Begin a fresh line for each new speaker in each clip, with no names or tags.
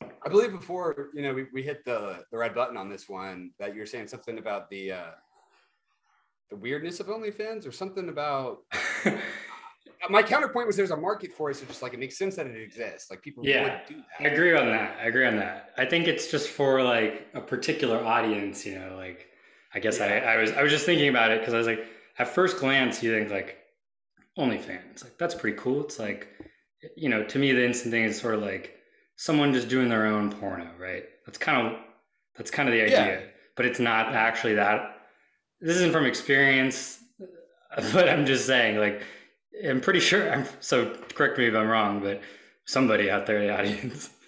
I believe before you know we, we hit the the red button on this one that you were saying something about the uh, the weirdness of OnlyFans or something about. My counterpoint was there's a market for it, so just like it makes sense that it exists. Like people
Yeah.
would do
I
that.
agree on that. I agree on that. I think it's just for like a particular audience, you know, like I guess I, I was I was just thinking about it because I was like, at first glance, you think like OnlyFans, like that's pretty cool. It's like, you know, to me the instant thing is sort of like someone just doing their own porno, right? That's kind of that's kind of the
Yeah.
idea. But it's not actually that this isn't from experience, but I'm just saying, like, I'm pretty sure I'm so correct me if I'm wrong, but somebody out there in the audience.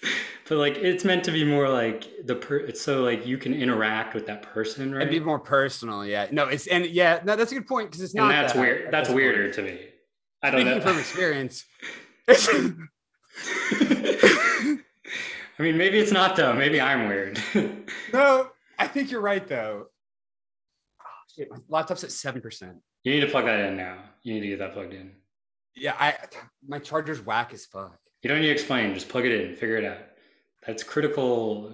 But like it's meant to be more like the per it's so like you can interact with that person, right?
It'd be more personal, yeah. No, it's and yeah, no, that's a good point because it's not.
and that's
that.
weird. That's
point.
weirder to me. I don't
Speaking
know.
from experience,
I mean, maybe it's not though. Maybe I'm weird.
no, I think you're right though. Ah, Shit, my laptop's at seven percent.
you need to plug that in now. You need to get that plugged in.
Yeah, I my charger's whack as fuck.
You don't need to explain. Just plug it in. Figure it out. That's critical.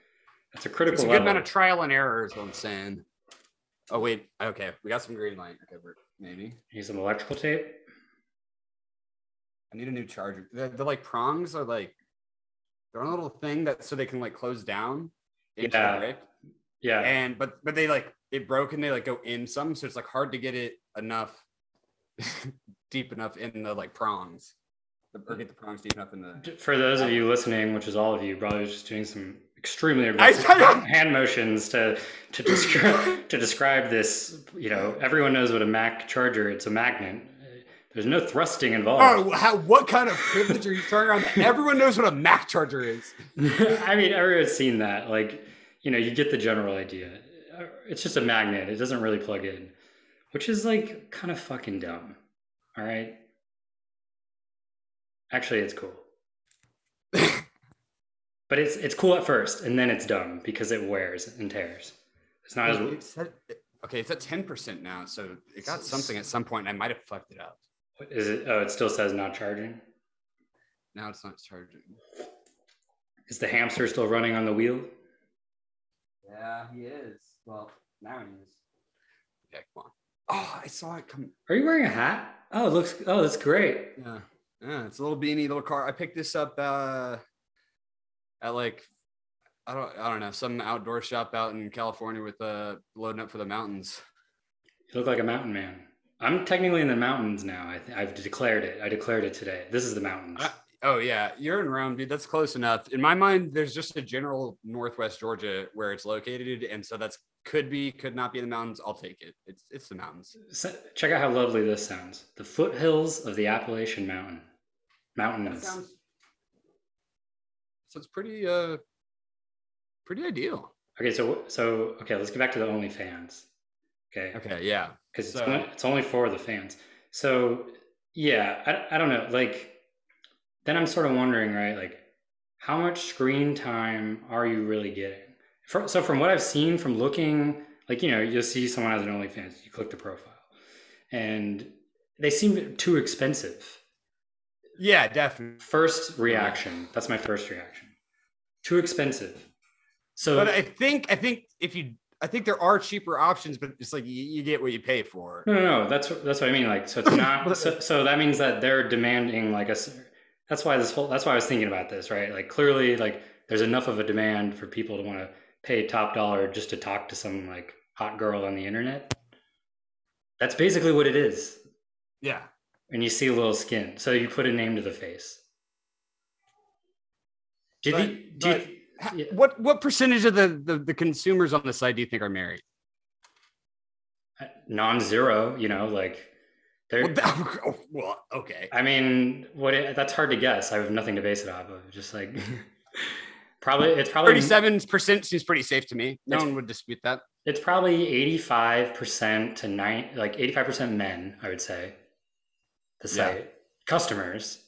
That's a critical
It's a good
level.
amount of trial and error, is what I'm saying. Oh wait, okay, we got some green light. Okay, we're, maybe
Need some electrical tape.
I need a new charger. The, the like prongs are like they're on a little thing that so they can like close down. into the
Yeah.
brick.
Yeah.
and but but they like it broke and they like go in some, so it's like hard to get it enough deep enough in the like prongs. The, or get the prongs deep enough in the.
For those of you listening, which is all of you, Bradley was just doing some extremely
I-
aggressive hand motions to to describe to describe this. You know, everyone knows what a Mac charger. It's a magnet. There's no thrusting involved.
Oh, how, what kind of privilege are you throwing around? Everyone knows what a Mac charger is.
I mean, everyone's seen that. Like, you know, you get the general idea. It's just a magnet. It doesn't really plug in, which is like kind of fucking dumb. All right. Actually, it's cool. but it's it's cool at first, and then it's dumb because it wears and tears. It's not as
It's at- okay, it's at ten percent now, so it got something at some point. and I might have fucked it up.
what is it? Oh, it still says not charging.
Now it's not charging.
Is the hamster still running on the wheel?
Yeah, he is. Well, now he is. Yeah, come on. Oh, I saw it come.
Are you wearing a hat? Oh, it looks. Oh, that's great.
Yeah, yeah. It's a little beanie, little car. I picked this up uh, at like I don't I don't know some outdoor shop out in California with uh loading up for the mountains.
You look like a mountain man. I'm technically in the mountains now. I th- I've declared it. I declared it today. This is the mountains.
I- Oh yeah, you're in Rome, dude. That's close enough. In my mind, there's just a general Northwest Georgia where it's located, and so that's could be, could not be the mountains. I'll take it. It's it's the mountains.
S- check out how lovely this sounds. The foothills of the Appalachian Mountain. Mountains.
so it's pretty uh pretty ideal.
Okay, so so okay, let's get back to the OnlyFans. Okay,
Okay, yeah.
because
so-
it's, only, it's only for the fans. So yeah, I, I don't know. Like then I'm sort of wondering, right? Like how much screen time are you really getting? For, so from what I've seen, from looking, like you know, you'll see someone has an OnlyFans, you click the profile, and they seem too expensive.
Yeah, definitely.
First reaction. That's my first reaction. Too expensive. So
But I think I think if you I think there are cheaper options, but it's like you, you get what you pay for.
No, no, no. That's that's what I mean. Like, so it's not. so, so that means that they're demanding like a. s- That's why this whole. That's why I was thinking about this, right? Like, clearly, like there's enough of a demand for people to want to pay top dollar just to talk to some like hot girl on the internet. That's basically what it is,
Yeah.
and you see a little skin, so you put a name to the face. Do you
But-
think? Do you,
but- Ha-
Yeah.
What what percentage of the, the the consumers on the site do you think are married?
uh, non-zero? You know, like they're.
Well, that- well, okay.
I mean, what? It, that's hard to guess. I have nothing to base it off of. Just like probably, it's
Oh,
probably
Thirty-seven percent seems pretty safe to me. No
It's-
one would dispute that.
it's probably eighty five percent to nine, like eighty five percent men. I would say the
Yeah.
site customers.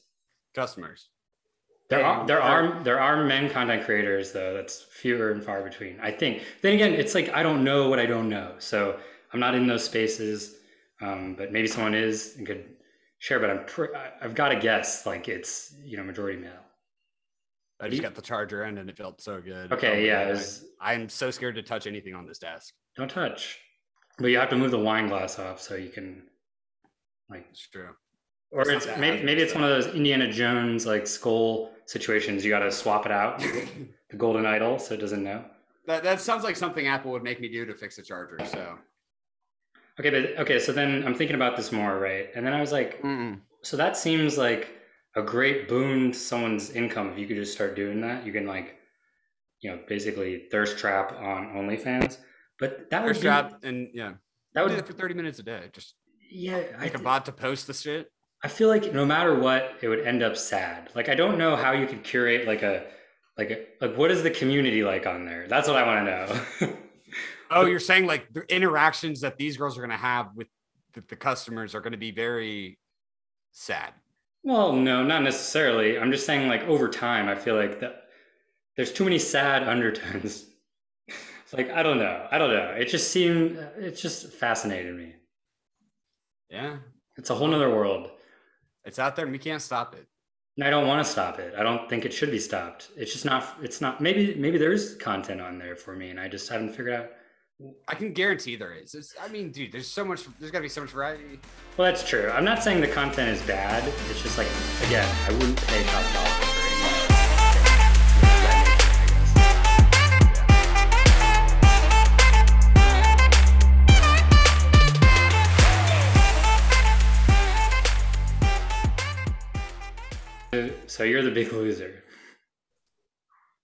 Customers.
There
Yeah,
are there
yeah.
are there are men content creators though. That's fewer and far between. I think. Then again, it's like I don't know what I don't know, so I'm not in those spaces. Um, but maybe someone is and could share. But I'm pr- I- I've got to guess like it's you know majority male.
I just got the charger end and it felt so good.
Okay,
Oh,
yeah.
man,
it was-
I, am so scared to touch anything on this desk.
don't touch. But you have to move the wine glass off so you can like
It's true.
or
It's not
it's,
that
maybe,
hazardous,
maybe it's
though.
one of those Indiana Jones like skull situations. You got to swap it out, the golden idol, so it doesn't know.
that that sounds like something Apple would make me do to fix a charger. So
Okay, but okay, so then I'm thinking about this more, right? And then I was like,
Mm-mm.
so that seems like a great boon to someone's income if you could just start doing that. You can like, you know, basically thirst trap on OnlyFans. But that would
first
be,
job and yeah,
that
do
would
that for 30 minutes a day. Just
yeah. I,
make a
th-
bot to post the shit.
I feel like no matter what, it would end up sad. Like I don't know how you could curate like a like a, like what is the community like on there? That's what I want to know.
Oh, you're saying like the interactions that these girls are going to have with the, the customers are going to be very sad.
Well, no, not necessarily. I'm just saying, like over time, I feel like that there's too many sad undertones. It's like I don't know, I don't know. It just seemed, uh, it just fascinated me.
Yeah.
It's a whole nother world,
It's out there and we can't stop it.
and I don't want to stop it. I don't think it should be stopped. It's just not. It's not. Maybe maybe there's content on there for me, and I just haven't figured out.
I can guarantee there is. It's, I mean, dude, there's so much, there's got to be so much variety.
Well, that's true. I'm not saying the content is bad. It's just like again, I wouldn't pay top dollar for any. of that. I guess. So you're the big loser.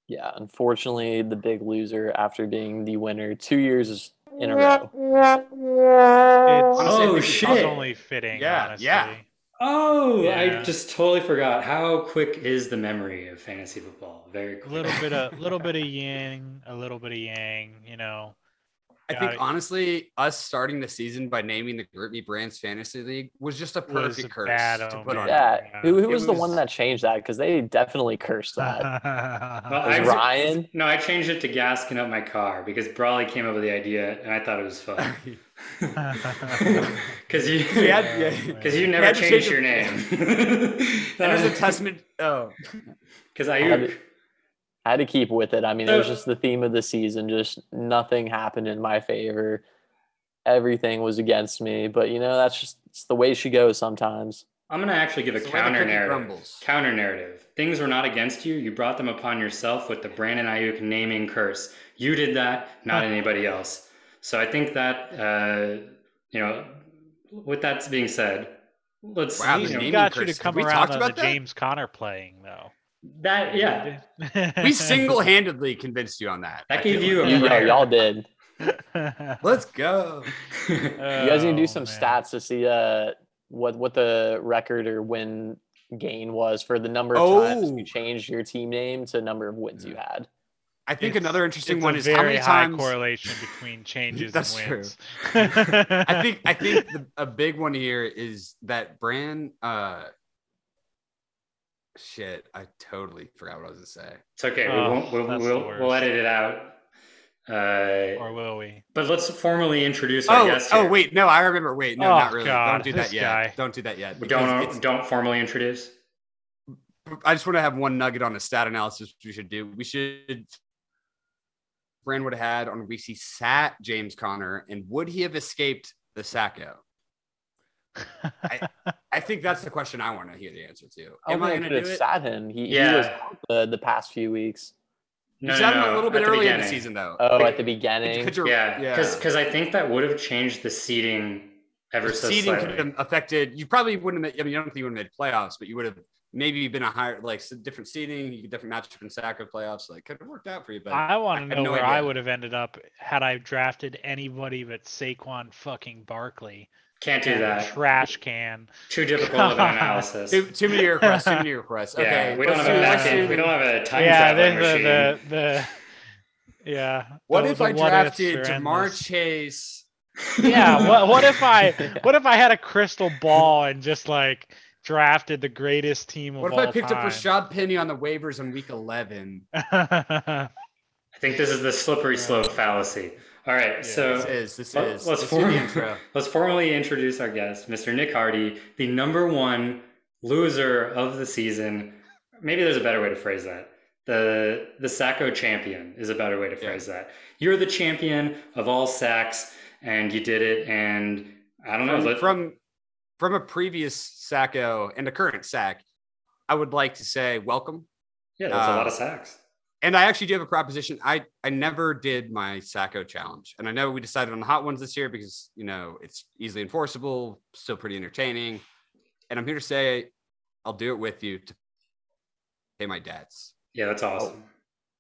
Yeah, unfortunately, the big loser after being the winner two years in a row.
It's,
Honestly, I
Oh
think
it's
shit!
only fitting.
Yeah,
honestly.
yeah.
Oh, I
Yeah.
just totally forgot. How quick is the memory of fantasy football? Very
A
quick.
little bit of little bit of yin, a little bit of yang. You know.
I
Got
think
it.
honestly, us starting the season by naming the Group Me Brands Fantasy League was just a
Was
perfect
a
curse
bad
to put
omen.
on.
Yeah.
it.
Yeah, who, who
Oh, It
was, the one
was-
that changed that? Because they definitely cursed that.
Well,
It
I-
was Ryan.
No, I changed it to gasking up my car because Brawley came up with the idea, and I thought it was fun. Because you,
We had- yeah.
because you
Yeah,
never
just change
changed your
it.
name.
That was a testament. Oh,
Because
had
Ayuk,
it. I had to keep with it. I mean, it was just the theme of the season. Just nothing happened in my favor. Everything was against me. But you know, that's just it's the way she goes sometimes.
I'm gonna actually give a
It's the way the
counter
cookie
narrative.
crumbles.
Counter narrative. Things were not against you. You brought them upon yourself with the Brandon Ayuk naming curse. You did that, not anybody else. So I think that uh, you know. With that being said, let's
Wow,
you
the
know,
we
naming
got you to
curse. Have
come
we
around
talked
on the
about that?
James Conner playing though.
that yeah.
we single-handedly convinced you on that.
That
I feel
gave you
like.
a
You know,
rare-
y'all did.
Let's go.
You guys need
Oh,
to do
Oh,
some stats to see uh what what the record or win gain was for the number of times
Oh.
you changed your team name to number of wins you had.
I think
It's-
another interesting
It's
one
a
is
very
how many
high
times.
correlation between changes
That's
and
true.
wins.
I think I think the, a big one here is that brand. Uh, shit, I totally forgot what I was gonna say.
It's okay.
Oh,
we won't,
that's
we'll,
the
we'll, we'll
worst.
edit it out. Uh,
or will we?
but let's formally introduce our
Oh,
guest.
oh,
here.
wait, no, I remember. Wait, no,
Oh,
not really.
God,
don't do that
this
yet.
guy.
Don't do that yet. because
Don't don't formally introduce.
it's- I just want to have one nugget on a stat analysis we should do. We should. Brand would have had on weeks he sat James Connor, and would he have escaped the sacco? I think that's the question I want to hear the answer to.
Oh,
I
Am
don't
I
think
going
I could
to
have
do it?
sat him. He, he was
Yeah.
out the, the past few weeks.
You
No, no,
sat him
no,
a little bit
at
early in the
beginning.
season, though.
Oh,
Like,
at the beginning.
Could you-
Yeah,
yeah.
because I think that would have changed the seeding ever
The
so
seeding
slightly.
could have affected. You probably wouldn't have. I mean, I don't think you would have made playoffs, but you would have maybe been a higher, like s- different seeding, you could different matchup in soccer playoffs. Like, could have worked out for you. But
I want
have
to know
no
where I
idea.
would have ended up had I drafted anybody but Saquon fucking Barkley.
Can't do that.
Trash can.
Too difficult of an analysis.
too, too many requests. Too many requests.
yeah,
okay,
we don't
let's
have a
do- let's
back end.
do-
We don't have a time
yeah,
traveling
the,
machine.
the, the the yeah.
What
the-
if
the
I
what ifs
drafted
are
Jamar
endless.
Chase?
Yeah. What what if I what if I had a crystal ball and just like drafted the greatest team of
What if
all
I picked up
time?
Rashad Penny on the waivers in week eleven?
I think this is the slippery slope fallacy. All right,
Yeah,
so
This is this
Uh, Let-
is.
let's
do
form-
the intro.
Let's formally introduce our guest, Mr. Nick Hardy, the number one loser of the season. Maybe there's a better way to phrase that. the the Sacco champion is a better way to phrase that. You're the champion of all sacks, and you did it. And I don't know.
from,
let-
from from a previous Sacco and a current sack, I would like to say welcome.
yeah, that's a
uh,
lot of sacks.
And I actually do have a proposition. I I never did my Sacco challenge, and I know we decided on the hot ones this year because you know it's easily enforceable, still pretty entertaining. And I'm here to say, I'll do it with you to pay my debts.
Yeah, that's awesome.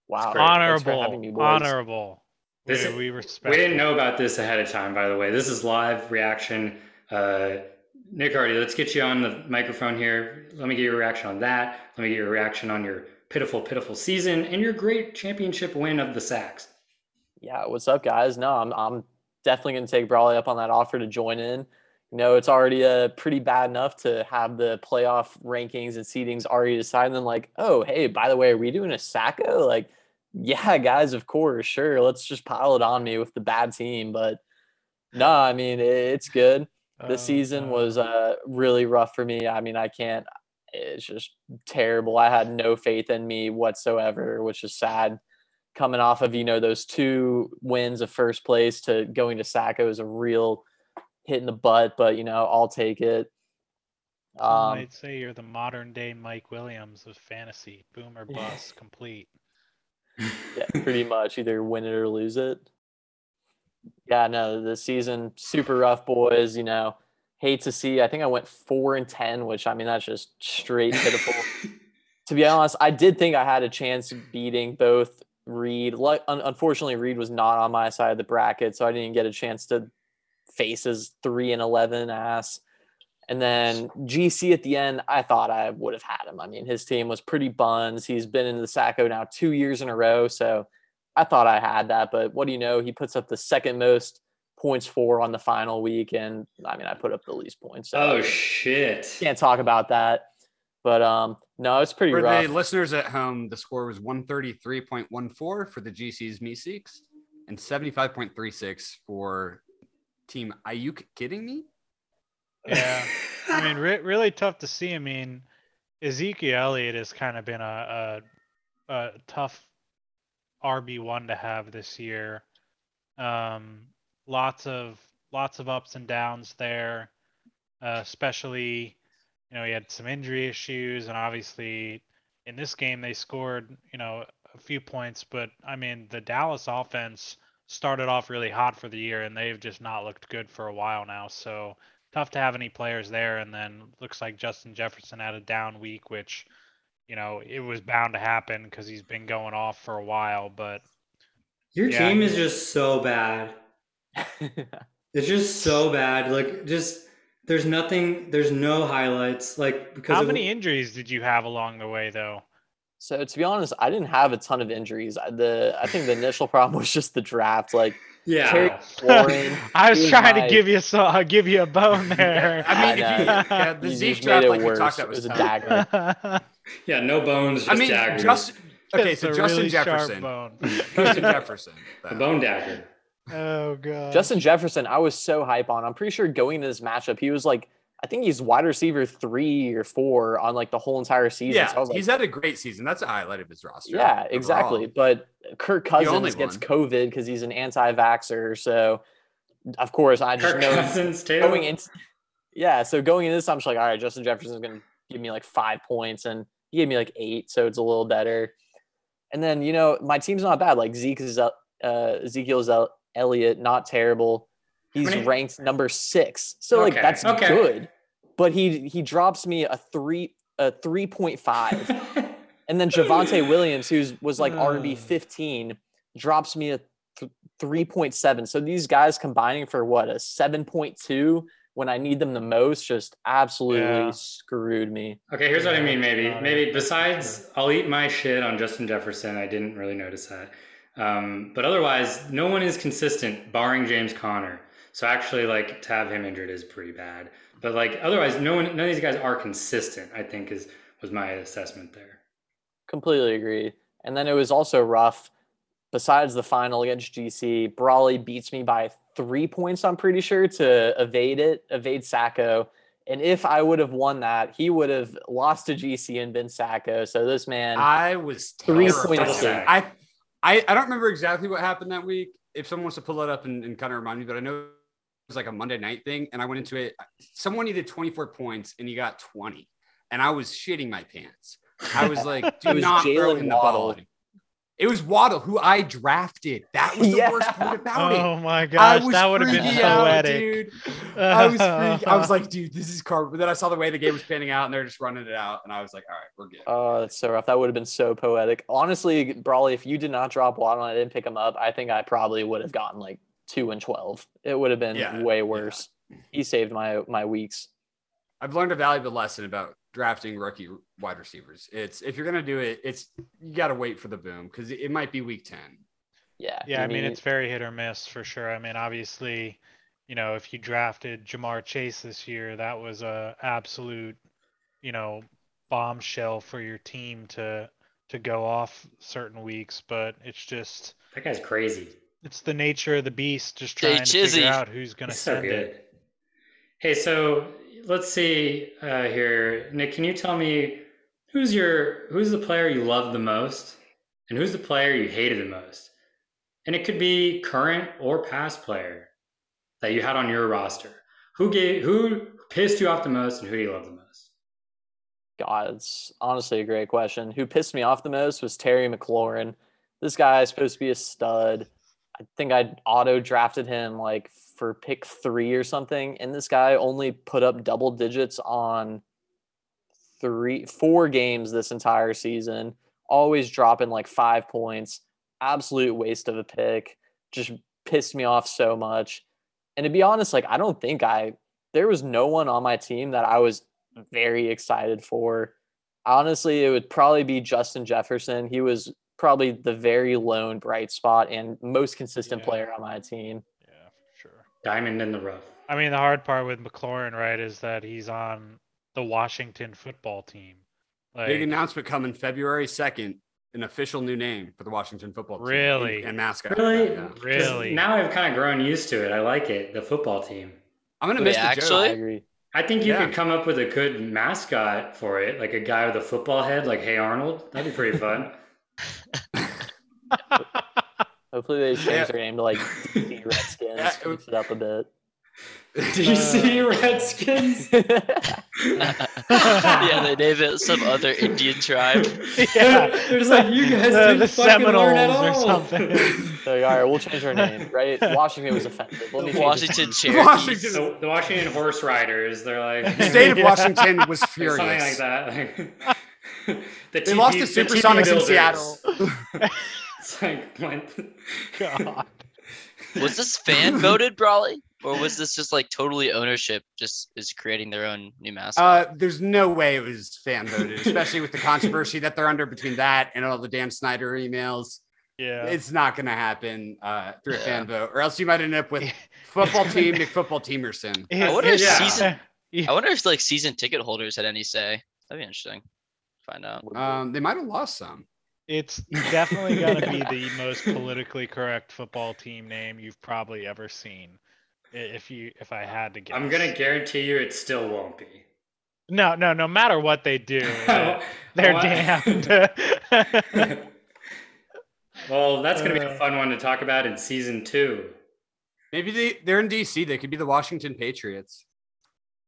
Wow.
great.
Thanks for
honorable,
having me, boys.
honorable.
This
we,
is-
we respect.
We didn't
it.
know about this ahead of time, by the way. This is live reaction. Uh, Nick Hardy, let's get you on the microphone here. Let me get your reaction on that. Let me get your reaction on your pitiful, pitiful season and your great championship win of the sacks.
Yeah, what's up, guys? No, I'm I'm definitely gonna take Brawley up on that offer to join in. You know, it's already uh, pretty bad enough to have the playoff rankings and seedings already decided. And then like, oh hey, by the way, are we doing a Sacco? Like, yeah, guys, of course, sure. Let's just pile it on me with the bad team. But no, I mean it, it's good. This
Uh,
season
uh,
was uh, really rough for me. I mean, I can't. It's just terrible. I had no faith in me whatsoever, which is sad. Coming off of you know those two wins of first place to going to Sacco is a real hit in the butt, but you know I'll take it.
some
Um,
might say you're the modern day Mike Williams of fantasy, boom or bust, complete.
yeah, pretty much either win it or lose it. Yeah, no, the season super rough, boys. You know, hate to see. I think I went four and ten, which I mean that's just straight pitiful. to be honest, I did think I had a chance of beating both Reed. Lu- un- Unfortunately, Reed was not on my side of the bracket, so I didn't get a chance to face his three and eleven ass. And then GC at the end, I thought I would have had him. I mean, his team was pretty buns. He's been in the Sacco now two years in a row, so I thought I had that. But what do you know? He puts up the second most points for on the final week, and I mean, I put up the least points. So
oh, shit.
can't talk about that. But um, no, it's pretty
For
rough.
the listeners at home, the score was 133.14 for the GC's Me Seeks and 75.36 for Team Are You k- Kidding Me?
Yeah. I mean, re- really tough to see. I mean, Ezekiel Elliott has kind of been a, a, a tough RB one to have this year. Um, lots of lots of ups and downs there, uh, especially you know he had some injury issues, and obviously in this game they scored you know a few points, but I mean the Dallas offense started off really hot for the year, and they've just not looked good for a while now. So tough to have any players there. And then looks like Justin Jefferson had a down week, which, you know, it was bound to happen because he's been going off for a while. But
Your
Yeah.
team is just so bad. It's just so bad. Like, just there's nothing, there's no highlights. Like, because
how
of-
many injuries did you have along the way, though?
So to be honest, I didn't have a ton of injuries. I- The I think the initial problem was just the draft. Like
Yeah.
Terry Warren,
I was
He was
trying
my-
to give you so uh, give you a bone there.
I mean, if you,
I
know.
yeah, the
you
Zeke
just
draft,
made it
like we
worse.
talked, that
It
was,
was a
tough.
dagger.
Yeah, no bones, just
I mean,
daggers.
just okay.
It's
So
a
Justin
really sharp
Jefferson,
bone.
Justin Jefferson,
a
though.
bone dagger.
Oh god.
Justin Jefferson, I was so hype on. I'm pretty sure going into this matchup, he was like, I think he's wide receiver three or four on like the whole entire season.
Yeah,
so I was like,
he's had a great season. That's a highlight of his roster.
yeah,
overall.
exactly. But Kirk
only
Cousins gets
one.
COVID because he's an anti-vaxxer. So of course, I just
Kirk
know
Cousins too.
going into yeah so going into this i'm just like all right justin jefferson's gonna give me like five points and he gave me like eight so it's a little better and then you know my team's not bad like zeke is uh, ezekiel is elliott not terrible he's
many-
ranked number six so like
Okay,
that's
okay.
good but he he drops me a three a 3.5 and then Javante Williams, who's was like RB
Ugh.
fifteen, drops me a th- three point seven. So these guys combining for what a seven point two when I need them the most, just absolutely
Yeah.
screwed me.
okay, here's what I mean. Maybe,
Got it.
maybe besides, I'll eat my shit on Justin Jefferson. I didn't really notice that. Um, but otherwise, no one is consistent, barring James Conner. So actually, like to have him injured is pretty bad. But like otherwise, no one, none of these guys are consistent. I think is was my assessment there.
Completely agree. And then it was also rough. Besides the final against GC, Brawley beats me by three points. I'm pretty sure to evade it, evade Sacco, And if I would have won that, he would have lost to GC and been Sacco. So this man,
I was
three
terrified.
points.
Terrible.
I, I I don't remember exactly what happened that week. If someone wants to pull it up and, and kind of remind me, but I know it was like a Monday night thing, and I went into it. Someone needed 24 points, and he got 20, and I was shitting my pants. I was like, "Do
was
not throw
Jalen
in the ball."
Waddle.
It was Waddle who I drafted. That was the
Yeah.
worst part about it.
Oh my
I
gosh,
was
that would have been
freaking out,
poetic.
dude. I was freak- I was like, dude, this is car. But then I saw the way the game was panning out, and they're just running it out, and I was like, all right, we're good.
oh, that's so rough. That would have been so poetic. Honestly, Brawley, if you did not drop Waddle and I didn't pick him up, I think I probably would have gotten like two and twelve. It would have been
Yeah,
way worse. He saved my my weeks.
I've learned a valuable lesson about drafting rookie wide receivers. It's if you're gonna do it, it's you got to wait for the boom because it, it might be week ten.
Yeah.
yeah,
you
I mean,
need-
it's very hit or miss for sure. I mean, obviously, you know, if you drafted Jamar Chase this year, that was a absolute, you know, bombshell for your team to to go off certain weeks. But it's just
That guy's crazy.
it's the nature of the beast, just
Jay
trying to
Chizzy.
figure out who's going to
He's so
send it.
good. Hey, so let's see uh, here, Nick. Can you tell me who's your who's the player you love the most, and who's the player you hated the most? And it could be current or past player that you had on your roster. Who gave who pissed you off the most, and who do you love the most?
God, it's honestly a great question. Who pissed me off the most was Terry McLaurin. This guy is supposed to be a stud. I think I auto drafted him like for pick three or something, and this guy only put up double digits on three, four games this entire season. Always dropping like five points. Absolute waste of a pick. Just pissed me off so much. And to be honest, like I don't think I there was no one on my team that I was very excited for. Honestly, it would probably be Justin Jefferson. He was probably the very lone bright spot and most consistent
Yeah.
player on my team.
Yeah, for sure.
Diamond in the rough.
I mean, the hard part with McLaurin, right, is that he's on the Washington football team.
Big
Like,
announcement coming February second. An official new name for the Washington football team.
Really?
and, and mascot.
Really,
Yeah.
'Cause
Really?
Now I've kind of grown used to it. I like it. The football team.
I'm gonna
Wait,
miss the
actually?
joke.
I
Really?
agree.
I think you
Yeah.
could come up with a good mascot for it, like a guy with a football head, like Hey Arnold. That'd be pretty fun.
Hopefully they change
Yeah.
their name to like DC Redskins,
Yeah, it was-
mix it up a bit.
Do you see Redskins?
yeah, they named it some other Indian tribe.
Yeah.
They're just like, you guys
The-
didn't
the
fucking learn at
Seminoles or
all.
something.
so, all right, we'll change our name, right? Washington was offensive. Let me change it.
Washington Cherokees.
Washington,
So the Washington Horse Riders, they're like
the state of
Yeah.
Washington was furious.
something like that. Like, the
They lost to
TP the
Supersonics in
TP builders.
Seattle.
it's like, what?
God.
Was this fan voted, Brawley? Or was this just like totally ownership just is creating their own new mascot?
Uh, there's no way it was fan voted, especially with the controversy that they're under between that and all the Dan Snyder emails.
Yeah.
It's not going to happen uh, through a
Yeah.
fan vote, or else you might end up with football team McFootball Teamerson.
It-
wonder
if
it's-
season-
yeah.
Uh,
I wonder if like season ticket holders had any say. That'd be interesting. Find out.
Um, they might have lost some.
It's definitely got to be the most politically correct football team name you've probably ever seen. i- If you, if I had to guess,
I'm gonna guarantee you, it still won't be.
No, no, no matter what they do, they're they're
Why-
damned.
well, that's going to be a
Uh.
fun one to talk about in season two.
Maybe they, they're in DC. They could be the Washington Patriots.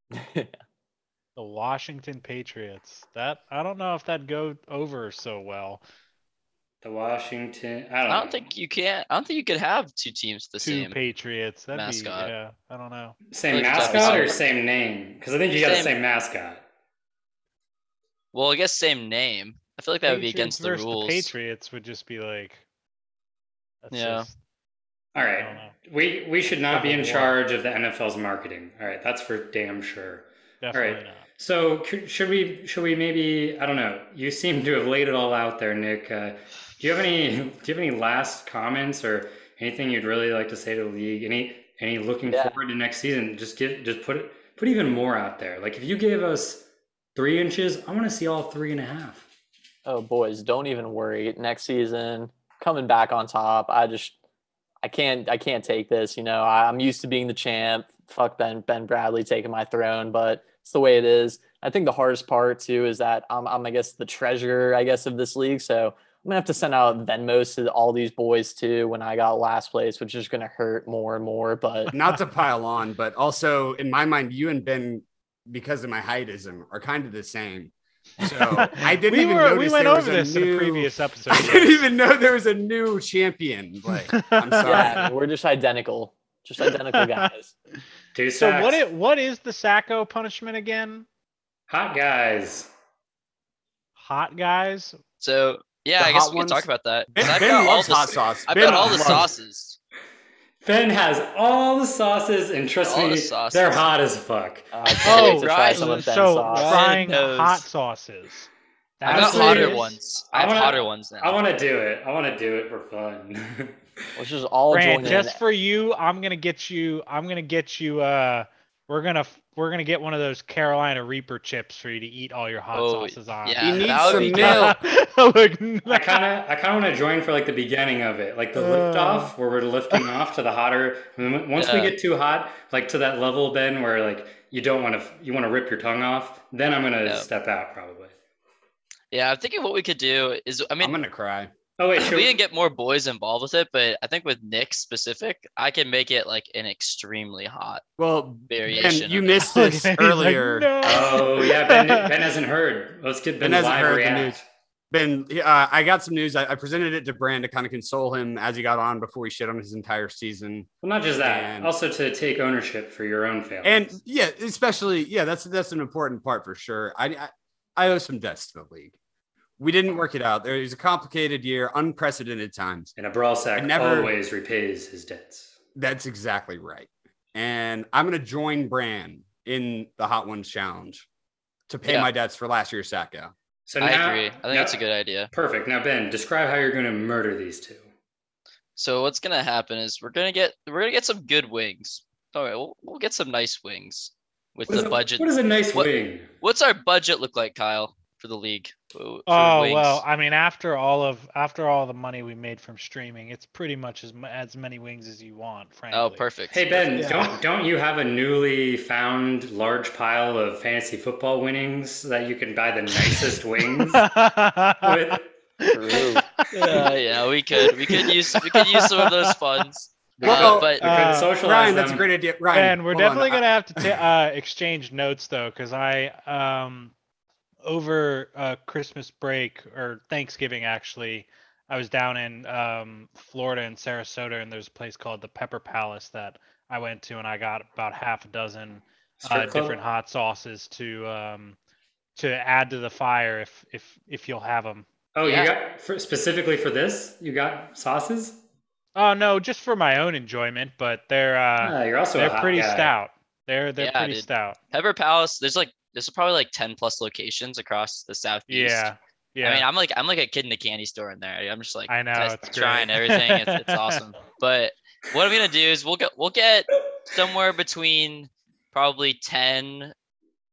the Washington Patriots. That I don't know if that'd go over so well.
The Washington. I don't,
I don't
know.
think you can I don't think you could have two teams
Uh,
the
Two
same.
Patriots. That'd
mascot.
be yeah. I don't know.
same
Like, it's
mascot or
obvious.
same name because I think you got the
Same.
same mascot.
Well, I guess same name. I feel like that would be
Patriots
against the
versus
rules.
Patriots would just be like. that's
Yeah.
just-
All
I don't
right,
know.
we we should not be in
Probably.
charge of the NFL's marketing. All right, that's for damn sure.
Definitely
right.
not.
So c- should we should we maybe I don't know. You seem to have laid it all out there, Nick. Uh, do you have any do you have any last comments or anything you'd really like to say to the league? Any any looking
Yeah.
forward to next season? Just give just put it put even more out there. Like if you gave us three inches, I want to see all three and a half.
Oh, boys, don't even worry. Next season, coming back on top. I just, I can't, I can't take this. You know, I, I'm used to being the champ. Fuck Ben, Ben Bradley taking my throne, but it's the way it is. I think the hardest part too is that I'm, I'm I guess the treasurer I guess of this league, so I'm gonna have to send out Venmos to all these boys too when I got last place, which is gonna hurt more and more. But
Not to pile on, but also in my mind, you and Ben, because of my heightism, are kind of the same. So I didn't
we
even
were,
notice
we went
there
over
was
this
a
in
new.
the previous episode.
I didn't even know there was a new champion. Like I'm
yeah,
sorry.
we're just identical, just identical guys.
Two
So
sacks.
what it what is the Sacco punishment again?
Hot guys.
Hot guys.
So yeah,
The
I guess
hot
we can
ones?
talk about that. 'cause
Ben,
I've
Ben
got all
loves
the
hot sauce.
I've
Ben
got all the
loves-
sauces.
Ben has all the sauces, and trust
All
me,
the sauces.
they're hot as fuck.
Uh, I can't wait
Oh,
to try some
So
of Ben's
Right.
sauce.
trying
Knows.
hot sauces.
I
I'm
got
That's
Honestly,
hotter
it is-
ones.
I
I have
wanna-
hotter ones now.
I want to do it. I want to do it for fun.
Let's just all join
Brand,
in.
just for you, I'm gonna get you. I'm gonna get you. Uh, we're gonna we're gonna get one of those Carolina Reaper chips for you to eat all your hot
Oh,
sauces on.
yeah,
You need
that would
some
be good.
milk.
Look,
I kind of, I kind of want to join for like the beginning of it, like the lift
Uh.
off, where we're lifting off to the hotter. And then once we
Yeah.
get too hot, like to that level, Ben, where like you don't want to, you want to rip your tongue off. Then I'm gonna
Yeah.
step out probably.
Yeah, I'm thinking what we could do is I
I'm
mean
gonna cry.
Oh wait, should
we didn't get more boys involved with it, but I think with Nick specific, I can make it like an extremely hot
Well,
variation.
Ben, you
of it.
missed this earlier.
Oh yeah, Ben, ben hasn't heard. Let's get Ben,
Ben hasn't
live
heard the
react.
news. Ben, uh, I got some news. I, I presented it to Brand to kind of console him as he got on before he shit on his entire season.
Well, not just that,
And-
also to take ownership for your own failures.
and yeah, especially yeah, that's that's an important part for sure. I I, I owe some debts to the league. We didn't work it out. There is a complicated year, unprecedented times.
and a brawl sack
I never-
always repays his debts.
That's exactly right. And I'm gonna join Brand in the Hot Ones Challenge to pay
Yeah.
my debts for last year's Sacco.
So
I
now-
agree. I think
now-
it's a good idea.
Perfect. Now Ben, describe how you're going to murder these two.
So what's gonna happen is we're gonna get we're gonna get some good wings. All right, we'll, we'll get some nice wings with
What is
the
a-
budget.
What is a nice
What-
wing?
What's our budget look like, Kyle, for the league? Oh,
Oh well, I mean, after all of after all the money we made from streaming, it's pretty much as mu- as many wings as you want, frankly.
oh, perfect.
Hey Ben,
Yeah.
don't don't you have a newly found large pile of fantasy football winnings that you can buy the nicest wings
Mm.
with?
True.
Uh, yeah, we could we could use we could use some of those funds.
We
Well,
could- we
but-
could
Uh,
socialize
Ryan, that's a
them.
great idea. Ryan,
And we're
hold on.
definitely
I-
gonna have to ta- uh, exchange notes though, because I um over uh, Christmas break or Thanksgiving actually, I was down in um, Florida in Sarasota, and there's a place called the Pepper Palace that I went to, and I got about half a dozen uh,
Strip club?
different hot sauces to um, to add to the fire if if if you'll have them.
Oh,
Yeah.
you got for, specifically for this? You got sauces?
Oh no, just for my own enjoyment, but they're uh,
Ah, you're also a
they're
hot
pretty
guy.
stout. They're they're
Yeah,
pretty
dude.
stout.
Pepper Palace, there's like there's probably like ten plus locations across the southeast.
Yeah. Yeah.
I mean, I'm like I'm like a kid in a candy store in there. I'm just like
I know,
test-
it's
trying
great.
everything. It's, it's awesome. But what I'm gonna do is we'll get we'll get somewhere between probably ten.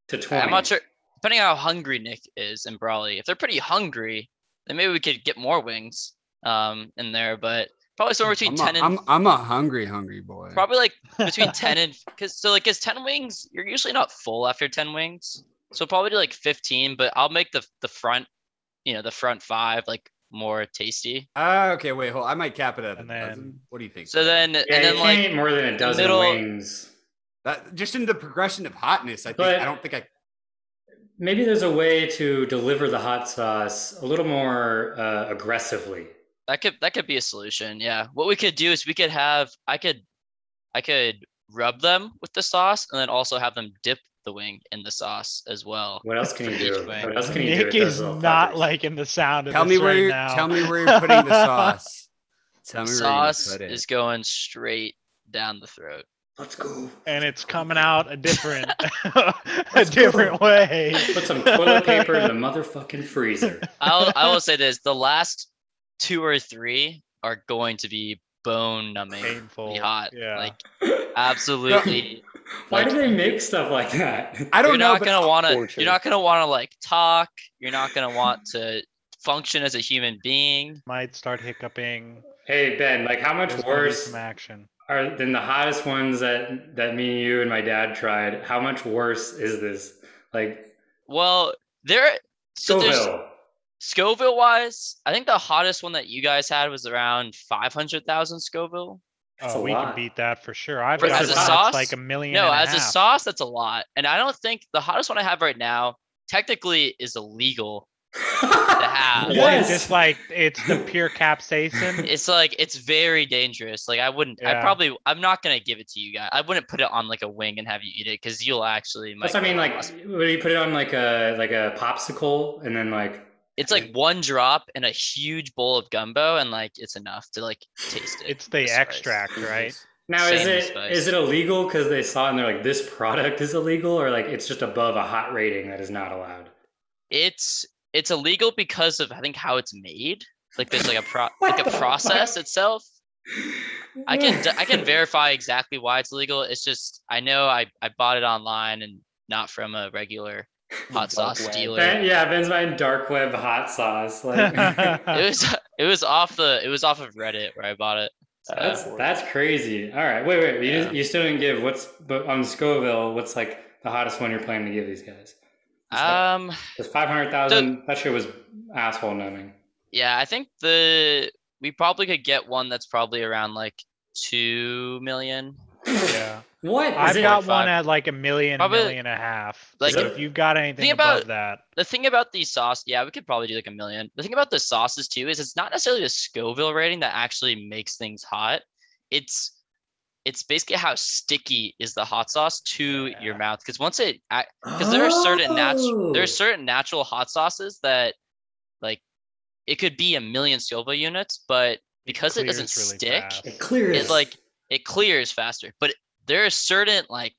To 20.
I'm not sure, depending on how hungry Nick is and Brawley. If they're pretty hungry, then maybe we could get more wings um in there. But probably somewhere between
I'm a-
ten and
I'm, I'm a hungry, hungry boy.
probably like between 10 and because so like is 10 wings you're usually not full after 10 wings so probably do like 15 but i'll make the the front you know the front five like more tasty
Ah, okay, wait, hold. I might cap it at a
And then-
dozen. What do you think?
so then
Yeah,
and
you
then
can't
like
eat more than a dozen
middle-
wings.
That- just in the progression of hotness, I think
But-
I don't think I
Maybe there's a way to deliver the hot sauce a little more uh, aggressively.
that could that could be a solution yeah what we could do is we could have i could i could rub them with the sauce and then also have them dip the wing in the sauce as well
What else can you
For
do?
each wing.
What else can you
Nick
do? with those
is
little
not
fuckers?
liking the sound of
Tell me
this
where
right
you're.
now.
Tell me where you're putting the sauce. Tell me
sauce
where you're gonna put it.
is going straight down the throat
Let's go.
and it's coming out a different a different way.
Put some toilet paper in the motherfucking freezer.
I'll, I will say this: the last two or three are going to be bone numbing,
painful.
hot,
Yeah.
like absolutely.
Why
Uh, like,
do they make stuff like that?
I
you're
don't know.
not
But
gonna want to.
torture.
You're not gonna want to like talk. You're not gonna want to function as a human being.
might start hiccuping.
Hey Ben, like how much
There's gonna be
worse
some action.
are than the hottest ones that that me, you, and my dad tried? How much worse is this? Like
Well, there. So there's
Scoville.
Scoville wise, I think the hottest one that you guys had was around five hundred thousand Scoville.
That's
oh,
a
we
lot.
can beat that for sure. I've
But
got
as a
one that's
sauce?
like a million.
No,
and
as a
half.
sauce, that's a lot. And I don't think the hottest one I have right now technically is illegal. have.
What is
yes.
this like? It's the pure capsaicin.
It's like it's very dangerous. Like I wouldn't. I
Yeah.
probably. I'm not gonna give it to you guys. I wouldn't put it on like a wing and have you eat it because you'll actually.
That's
might
what I mean,
go
like,
lost.
would you put it on like a like a popsicle and then like
it's like one drop in a huge bowl of gumbo, and like it's enough to like taste it.
It's the
spice.
extract, right?
now is
Same
it
as
is
spice.
it illegal because they saw it and they're like this product is illegal or like it's just above a hot rating that is not allowed.
It's it's illegal because of I think how it's made. Like there's like a pro
What
like
the
a
fuck?
process itself. I can d- I can verify exactly why it's illegal. It's just I know I I bought it online and not from a regular
dark
hot sauce
web.
dealer.
Ben, yeah, Ben's buying dark web hot sauce. Like
It was it was off the it was off of Reddit where I bought it. So,
that's that's crazy. All right, wait, wait, you,
Yeah.
didn't- you still didn't give what's but on Scoville. What's like the hottest one you're planning to give these guys?
um
Because five hundred thousand, that shit was asshole numbing.
yeah, I think the we probably could get one that's probably around like two million.
yeah,
What? Is
I've
it-
got
45?
one at like a million,
Probably-
million and a half.
like,
so if you've got anything
think
above
about-
that,
The thing about the sauce, yeah, we could probably do like a million. The thing about the sauces too is it's not necessarily the Scoville rating that actually makes things hot. It's it's basically how sticky is the hot sauce to your
Yeah.
mouth because once it because there are certain natural there
Oh.
are certain natural hot sauces that like it could be a million Scoville units, but because it,
clears
doesn't
really
stick,
fast.
It clears.
it like it clears faster. But there are certain like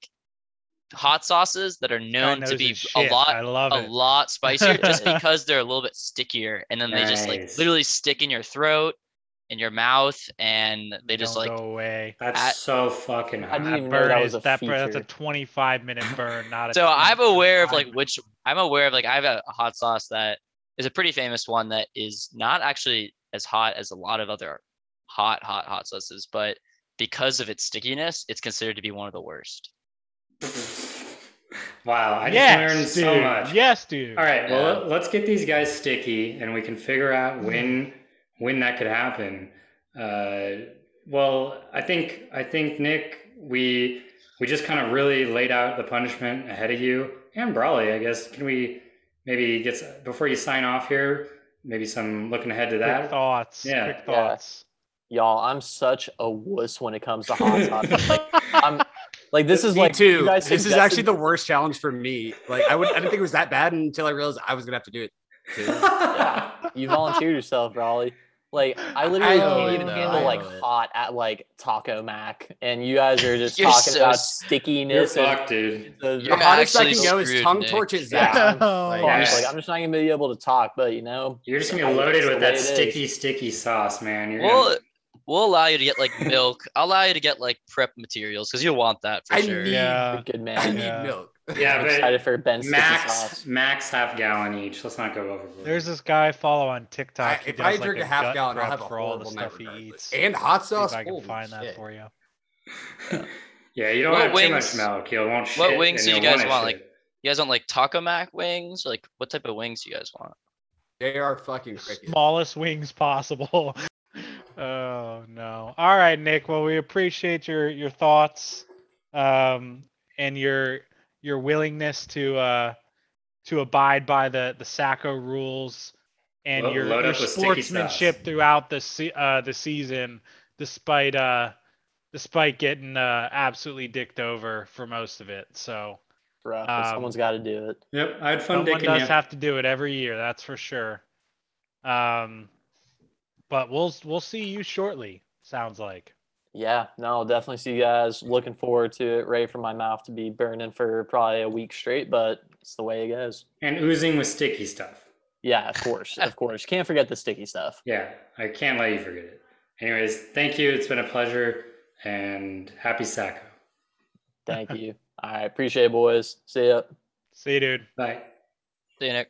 hot sauces that are
guy
known to
knows
be
his
a
shit.
lot
I love
a
it.
lot spicier just because they're a little bit stickier and then they just like
Nice.
literally stick in your throat in your mouth and they just
Don't
like
go away.
That's
at-
so fucking hot.
I didn't
That
even know
burn
that
is
was a
that burn, that's a
feature.
25 minute burn, not a
so i'm
10,
aware of like
25
which i'm aware of like i have a hot sauce that is a pretty famous one that is not actually as hot as a lot of other hot hot hot sauces but because of its stickiness it's considered to be one of the worst
wow, I just
yes,
learned
dude.
so much.
Yes, dude.
All right, well,
Yeah.
let- let's get these guys sticky, and we can figure out
Mm-hmm.
when when that could happen. Uh, well, I think I think Nick, we we just kind of really laid out the punishment ahead of you, and Brawley, I guess. Can we maybe get s- before you sign off here? Maybe some looking ahead to
Quick
that.
thoughts.
Yeah.
Quick
Yeah.
thoughts.
Y'all, I'm such a wuss when it comes to hot sauce. like, I'm like this is
me
like
too.
you guys
This is
suggested-
actually the worst challenge for me. Like I would, I didn't think it was that bad until I realized I was gonna have to do it. Too.
you volunteered yourself, Raleigh. Like I literally
know
can't
it,
even
though.
handle
I
like
know it.
hot at like Taco Mac, and you guys are just
You're
talking
so
about
s-
You're
stickiness. and
fucked, dude.
the, the
You're
The hottest I
actually
can go is
screwed,
tongue
Nick.
torch at
Yeah.
Zach.
Oh,
Like,
fuck.
Yes.
Like I'm just not gonna be able to talk, but you know,
You're just gonna
I
be
guess
loaded
the
with
way
that
it is.
sticky, sticky sauce, man. You're gonna-
we'll we'll allow you to get like milk i'll allow you to get like prep materials because you'll want that for
I
sure
need-
Yeah.
you're good
I
man.
need
Yeah.
milk.
yeah, but
Excited for Ben's sticky
max
sauce.
max half gallon each. Let's not go overboard.
There's this guy I follow on TikTok.
I-
he
if I
does, like,
drink a half
gut
gallon, I'll
prep
have a
for all the
horrible night
stuff he
regardless.
eats.
And hot
See
sauce.
if I can
Holy
find that
shit.
for you.
yeah, you don't
What
have too much
wings-
milk. You'll want shit.
what wings
and
do you
you'll
guys
wanna
want,
shit.
you guys want like taco mac wings or like what type of wings do you guys want
They are fucking crickets.
Smallest wings possible. oh no. All right, Nick. Well, we appreciate your your thoughts, um, and your your willingness to uh to abide by the the Sacco rules and
Lo-
your,
load
your
up with sticky sauce.
sportsmanship throughout the se- uh the season, despite uh despite getting uh absolutely dicked over for most of it. So
Rough,
Um,
but someone's got to do it.
Yep, I had fun
Someone
dicking
does
you.
have to do it every year, that's for sure. Um, but we'll we'll see you shortly. Sounds like.
Yeah, no, I'll definitely see you guys. Looking forward to it. Ready for my mouth to be burning for probably a week straight, but it's the way it goes.
and oozing with sticky stuff.
Yeah, of course, of course. Can't forget the sticky stuff.
Yeah, I can't let you forget it. Anyways, thank you. It's been a pleasure and happy Sacco.
Thank you. All right, appreciate it, boys. See ya.
See you, dude.
Bye.
see you nick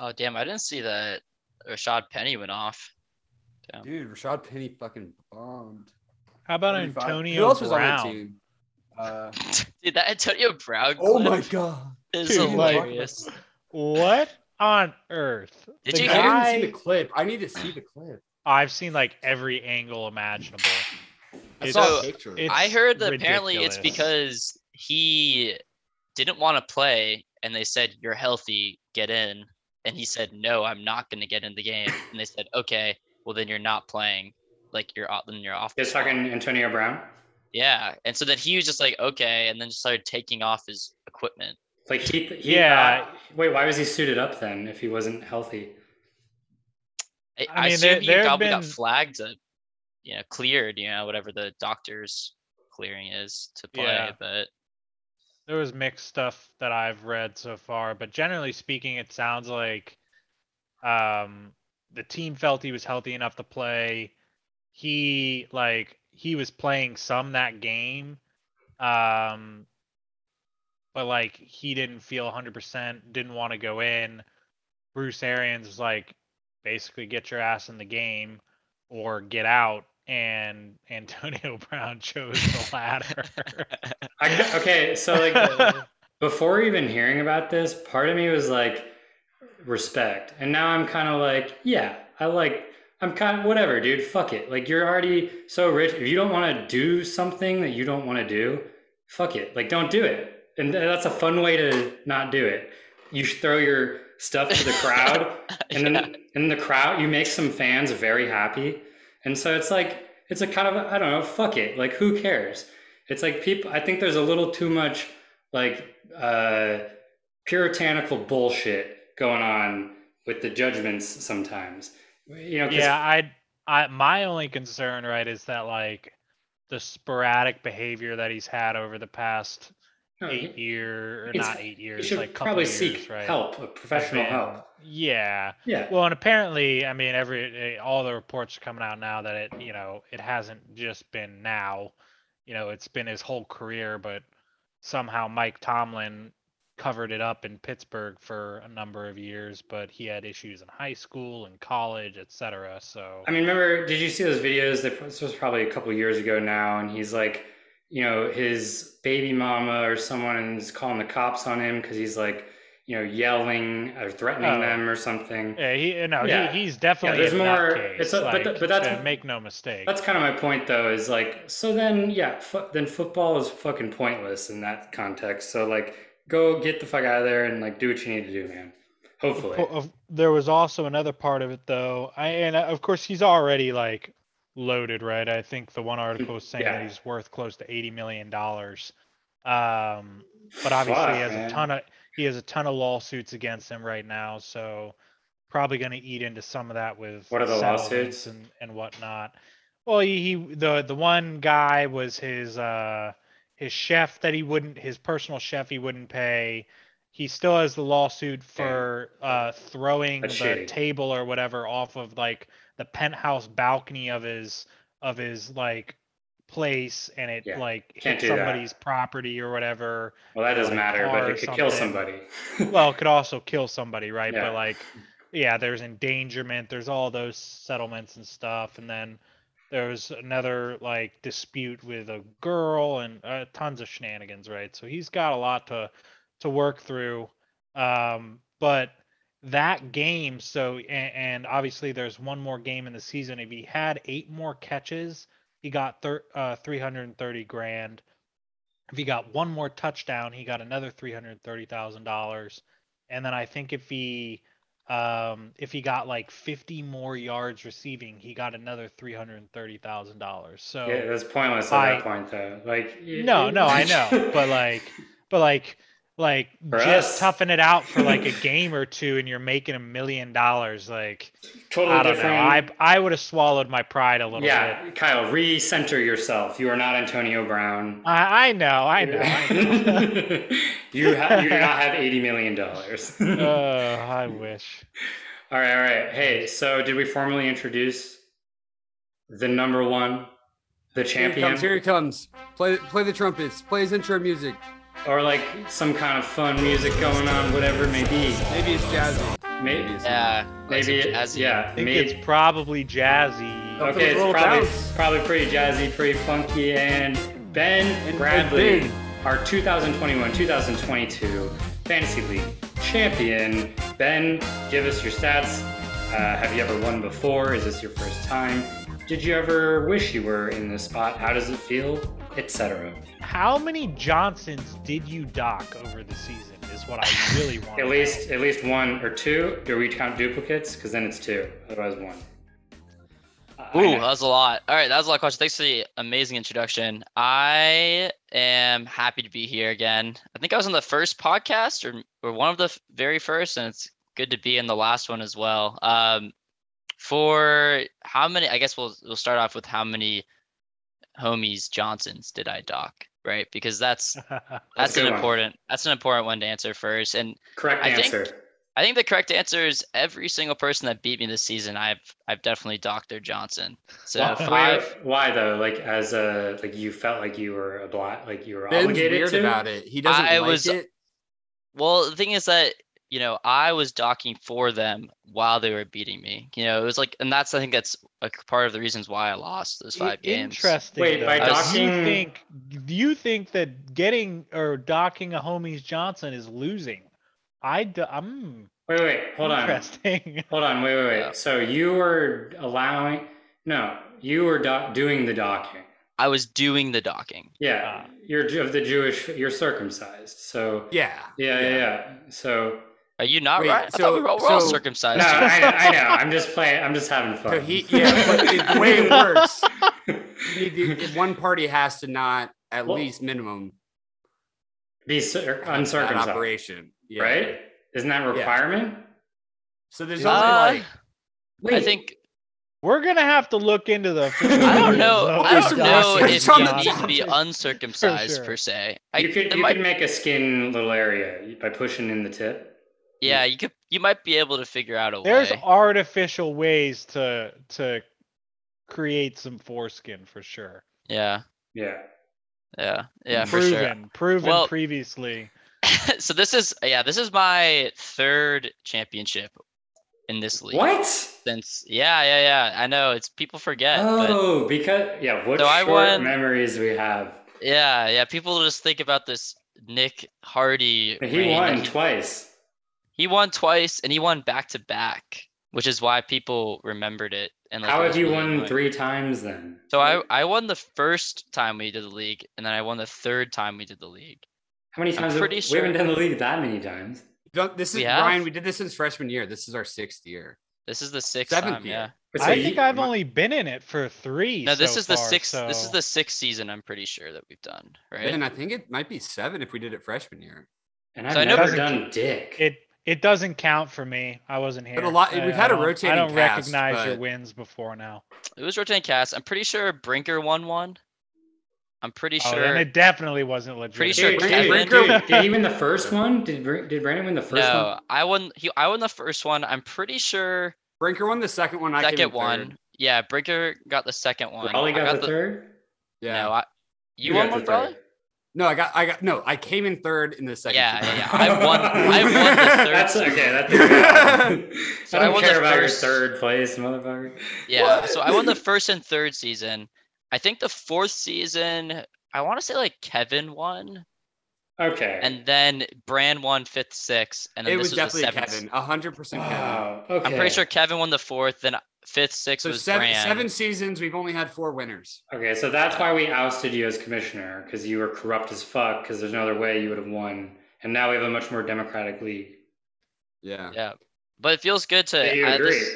oh damn i didn't see that rashad penny went off
Dude, Rashad Penny fucking bombed.
How about
35.
Antonio
Who else was on that
Brown?
team? Uh,
Dude, that Antonio Brown
oh
clip
my god!
is
dude, like-
hilarious.
What on earth?
Did
The
you
I
hear?
haven't
guy-
seen the clip. I need to see the clip.
I've seen like every angle imaginable.
I
It's-
saw a
So,
picture.
it's-
I heard that apparently it's
ridiculous.
because he didn't want to play, and they said you're healthy, get in, and he said no, I'm not going to get in the game, and they said okay, well then you're not playing, like you're off, then you're off. the
Just
spot."
talking Antonio Brown.
Yeah, and so then he was just like okay, and then just started taking off his equipment.
Like he, he
Yeah.
uh, wait, why was he suited up then if he wasn't healthy?
I,
I
I
mean,
assume
there-
he
there have
probably got
been-
flagged, to, you know, cleared, you know, whatever the doctor's clearing is to play.
Yeah.
But
There was mixed stuff that I've read so far, but generally speaking, it sounds like um, the team felt he was healthy enough to play. He like he was playing some that game, um, but like he didn't feel 100%, didn't want to go in. Bruce Arians was like, basically, get your ass in the game or get out. And Antonio Brown chose the latter.
I, ca- okay, so like before even hearing about this, part of me was like respect, and now I'm kind of like, yeah, I like, I'm kind of whatever, dude. Fuck it. Like you're already so rich. If you don't want to do something that you don't want to do, fuck it. Like don't do it. And th- that's a fun way to not do it. You should throw your stuff to the crowd, and then in the crowd, you make some fans very happy. And so it's like it's a kind of I don't know, fuck it. Like who cares? It's like people. I think there's a little too much like uh, puritanical bullshit going on with the judgments sometimes. You know, 'cause-
yeah i i my only concern right is that like the sporadic behavior that he's had over the past
no,
eight year or
It's-
not eight
you
years
should
like couple
probably
years,
seek
right,
help, a
has
professional
been-
help.
yeah
Yeah.
well and apparently i mean every eh, all the reports are coming out now that it you know it hasn't just been now you know it's been his whole career but somehow mike tomlin covered it up in pittsburgh for a number of years but he had issues in high school and college etc so
I mean, remember? Did you see those videos? That this was probably a couple years ago now, and he's like, you know, his baby mama or someone's calling the cops on him because he's like, you know, yelling or threatening
Oh.
them or something.
Yeah, he no,
Yeah.
he, he's definitely
there's
a
more-
nutcase,
it's a- but
like,
th- but that's-
uh, make no mistake.
That's kind of my point, though. Is like, so then, yeah, fu- then football is fucking pointless in that context. So like, go get the fuck out of there and like do what you need to do, man. Hopefully,
Po- of- there was also another part of it though. I and uh, of course he's already like loaded, right? I think the one article was saying
Yeah.
that he's worth close to eighty million dollars. Um, but obviously
Fuck,
he has
man.
a ton of he has a ton of lawsuits against him right now, so probably going to eat into some of that with
What are the
settlements
lawsuits?
and and whatnot. Well, he, he the the one guy was his uh his chef that he wouldn't his personal chef he wouldn't pay. He still has the lawsuit for uh throwing
That's
the
shitty.
table or whatever off of like the penthouse balcony of his of his like place and it
Yeah,
like
can't
hit
do that.
somebody's property or whatever.
Well, that doesn't
like,
matter, but
car
it
or
could kill somebody.
something. well, it could also kill somebody, right?
Yeah.
But like, yeah, there's endangerment. There's all those settlements and stuff, and then there was another like dispute with a girl and uh, tons of shenanigans, right? So he's got a lot to to work through. Um, but that game, so and, and obviously there's one more game in the season. If he had eight more catches, he got thir- uh, 330 grand. If he got one more touchdown, he got another three hundred thirty thousand dollars. And then I think if he um, if he got like fifty more yards receiving, he got another three hundred thirty thousand dollars. So
yeah, that's pointless at
I-
that point, though. Like, y-
no,
y-
no, I know, but like, but like, like
For us.
just toughing it out for like a game or two, and you're making a million dollars. Like
totally
I don't
different.
know, I I would have swallowed my pride a little bit.
yeah, Kyle, recenter yourself. You are not Antonio Brown.
I, I know, I know. I know.
you ha- you do not have eighty million dollars. all
oh, I wish.
right, all right. Hey, so did we formally introduce the number one, the
Here he comes. Here he
champion,
comes. Play, play the trumpets. Play his intro music.
or like some kind of fun music going on, whatever it may be?
Maybe it's jazzy.
Maybe. It's
Yeah.
not.
like some
Maybe. it-
jazzy-
yeah.
I think
Maybe.
it's probably jazzy.
Something
Okay,
roll
it's probably
bounce.
probably pretty jazzy, pretty funky, and Ben
And
Bradley,
Ben.
our 2021-2022 fantasy league champion. Ben, give us your stats. Uh, have you ever won before? Is this your first time? Did you ever wish you were in this spot? How does it feel? Etc.
How many Johnsons did you dock over the season? Is what I really want.
At least, at least one or two. Do we count duplicates? Because then it's two. Otherwise, one. Uh, I
Ooh,
know.
that was a lot. All right, that was a lot of questions. Thanks for the amazing introduction. I am happy to be here again. I think I was on the first podcast or, or one of the f- very first, and it's good to be in the last one as well. Um, for how many? I guess we'll we'll start off with how many homies Johnsons did I dock, right? Because that's that's,
a good
an
one.
important that's an important one to answer first. And
correct
I think-
answer.
I think the correct answer is every single person that beat me this season. I've I've definitely docked their Johnson. So
Why-
five.
Why, why though? Like as a like you felt like you were a obli- like you were
Ben's
obligated
weird
to.
about it. He doesn't
I
like
was-
it.
Well, the thing is that you know I was docking for them while they were beating me. You know, it was like, and that's I think that's a c- part of the reasons why I lost those five games.
Interesting.
Wait,
though.
by
you
docking-
think you think that getting or docking a homie's Johnson is losing? I do, I'm
Wait, wait, hold on,
interesting.
hold on, wait, wait, wait.
Yeah.
So you were allowing? No, you were doc- doing the docking.
I was doing the docking.
Yeah,
Ah.
you're Ju- of the Jewish. You're circumcised. So
Yeah.
yeah, yeah,
Yeah.
yeah. So
Are you not
Wait,
right? I thought we
so-
were, all- we're all
so-
no,
circumcised. dude.
I, I know. I'm just playing. I'm just having fun.
So he, yeah, but the way it works, you need to- one party has to not at
Well,
least minimum
Be cir-
have that
uncircumcised,
operation, yeah.
right? Isn't that a requirement?
So there's
Uh,
only like
I think
We're gonna have to look into the.
I don't know.
of
I
There's
don't know
some
if
research on
you
the
need to be
Johnson.
uncircumcised
sure.
per se. I,
you could
there
you
might-
could make a skin little area by pushing in the tip.
yeah, you could. You might be able to figure out a
There's
way.
artificial ways to to create some foreskin for sure.
Yeah,
Yeah.
yeah, yeah, for sure.
proven, proven
Well-
previously.
so this is yeah, this is my third championship in this league.
What?
Since yeah, yeah, yeah. I know it's people forget. But
Oh, because yeah. What
So I
short
won-
memories we have.
yeah, yeah. People just think about this Nick Hardy.
He
reign that
won
He,
twice.
he won twice, and he won back to back, which is why people remembered it. And like,
How
it
have
was
you
really
won
annoying.
three times then?
So I I won the first time we did the league, and then I won the third time we did the league.
How many times? have-
pretty
We haven't
sure-
done the league that many times.
don't- this is
We have-
Ryan. We did this since freshman year. This is our sixth year.
This is the sixth
Seventh
time.
year.
Yeah.
But
I
so
think
you-
I've
my-
only been in it for three.
No, this
so
is the
far,
sixth. This is
so-
the sixth season. I'm pretty sure that we've done. Right.
And I think it might be seven if we did it freshman year.
and I've
so I know-
never done dick.
It it doesn't count for me. I wasn't here.
a lot-
I-
we've
I
had a
don't- I
rotating
don't
cast,
recognize your
but-
wins before now.
It was rotating cast. I'm pretty sure Brinker won one. I'm pretty
Oh,
sure.
and it definitely wasn't legit.
Pretty sure
Dude, dude,
Kevin-
dude, did he win the first one? Did Br- did Brandon win the first
no,
one?
I won. He, I won the first one. I'm pretty sure
Brinker won the second one. I came
second
in
one.
third.
Yeah, Brinker got the second one.
Raleigh
I
got, the, third.
Yeah.
No, I, you,
got
won
the
one,
third.
Raleigh.
No, I got. I got. No, I came in third in the second.
Yeah,
season.
yeah, yeah. I won. I won the third.
That's
season.
okay. That's
So
I
I
don't
won the
care about
first-
your third place, motherfucker.
Yeah.
What?
So I won the first and third season. I think the fourth season. I want to say like Kevin won,
Okay.
and then Brand won fifth, sixth, and then
It was
this was
definitely
the seventh.
Kevin. hundred percent Kevin.
Wow. Okay.
I'm pretty sure Kevin won the fourth, then fifth, sixth
So
was
seven,
Brand.
seven seasons. We've only had four winners.
Okay, so that's why we ousted you as commissioner because you were corrupt as fuck. Because there's no other way you would have won, and now we have a much more democratic league.
Yeah.
Yeah, but it feels good to.
Do you
Uh, I,
agree?
just-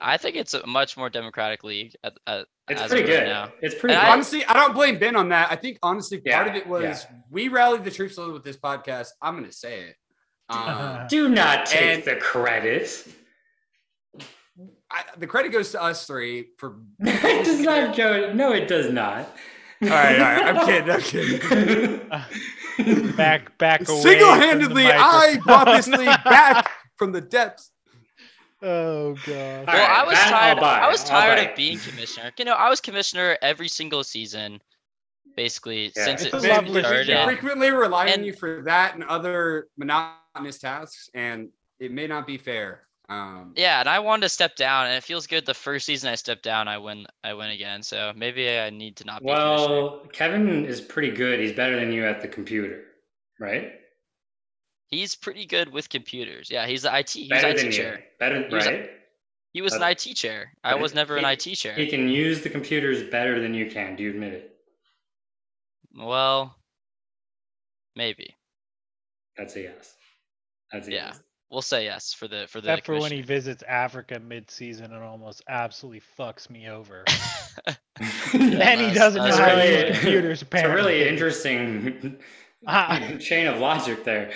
I think it's a much more democratic league. At, at,
it's
as
pretty
of right
good.
now.
It's pretty.
And
good.
I-
honestly, I don't blame Ben on that. I think honestly, part
Yeah,
of it was we rallied the troops a little with this podcast. I'm gonna say it. Um,
Do not take
and-
the credit.
I, the credit goes to us three for.
it does not go. No, it does not.
All right, all right. I'm kidding. I'm kidding.
kidding.
back back away. from the
Single-handedly, I brought this league
microphone.
back from the depths.
oh
All
god.
well,
right,
I was
that I'll
tired.
buy,
I was
I'll
tired
buy.
of being commissioner. You know, I was commissioner every single season, basically
Yeah.
since
It's
it
a
Ben,
lovely
we,
started.
we
feeling.
frequently rely on
And-
you for that and other monotonous tasks, and it may not be fair. Um,
Yeah, and I wanted to step down, and it feels good. The first season I stepped down, I win. I win again. So maybe I need to not be. commissioner.
Well, Kevin is pretty good. He's better than you at the computer, right?
he's pretty good with computers. Yeah, he's the IT. He's
better
IT
than you.
chair.
Better,
He was a-
right?
He was an
Uh,
IT chair. I
right.
was never an
He-
IT chair.
He can use the computers better than you can. Do you admit it?
Well, maybe
That's a yes. That's a
Yeah.
yes.
we'll say yes for the for the.
Except for when he
commissioner.
visits Africa mid-season and almost absolutely fucks me over.
Yeah,
and he
that's-
doesn't know
that's
how to
really-
use computers.
it's a
Apparently,
really interesting
Ah.
chain of logic there.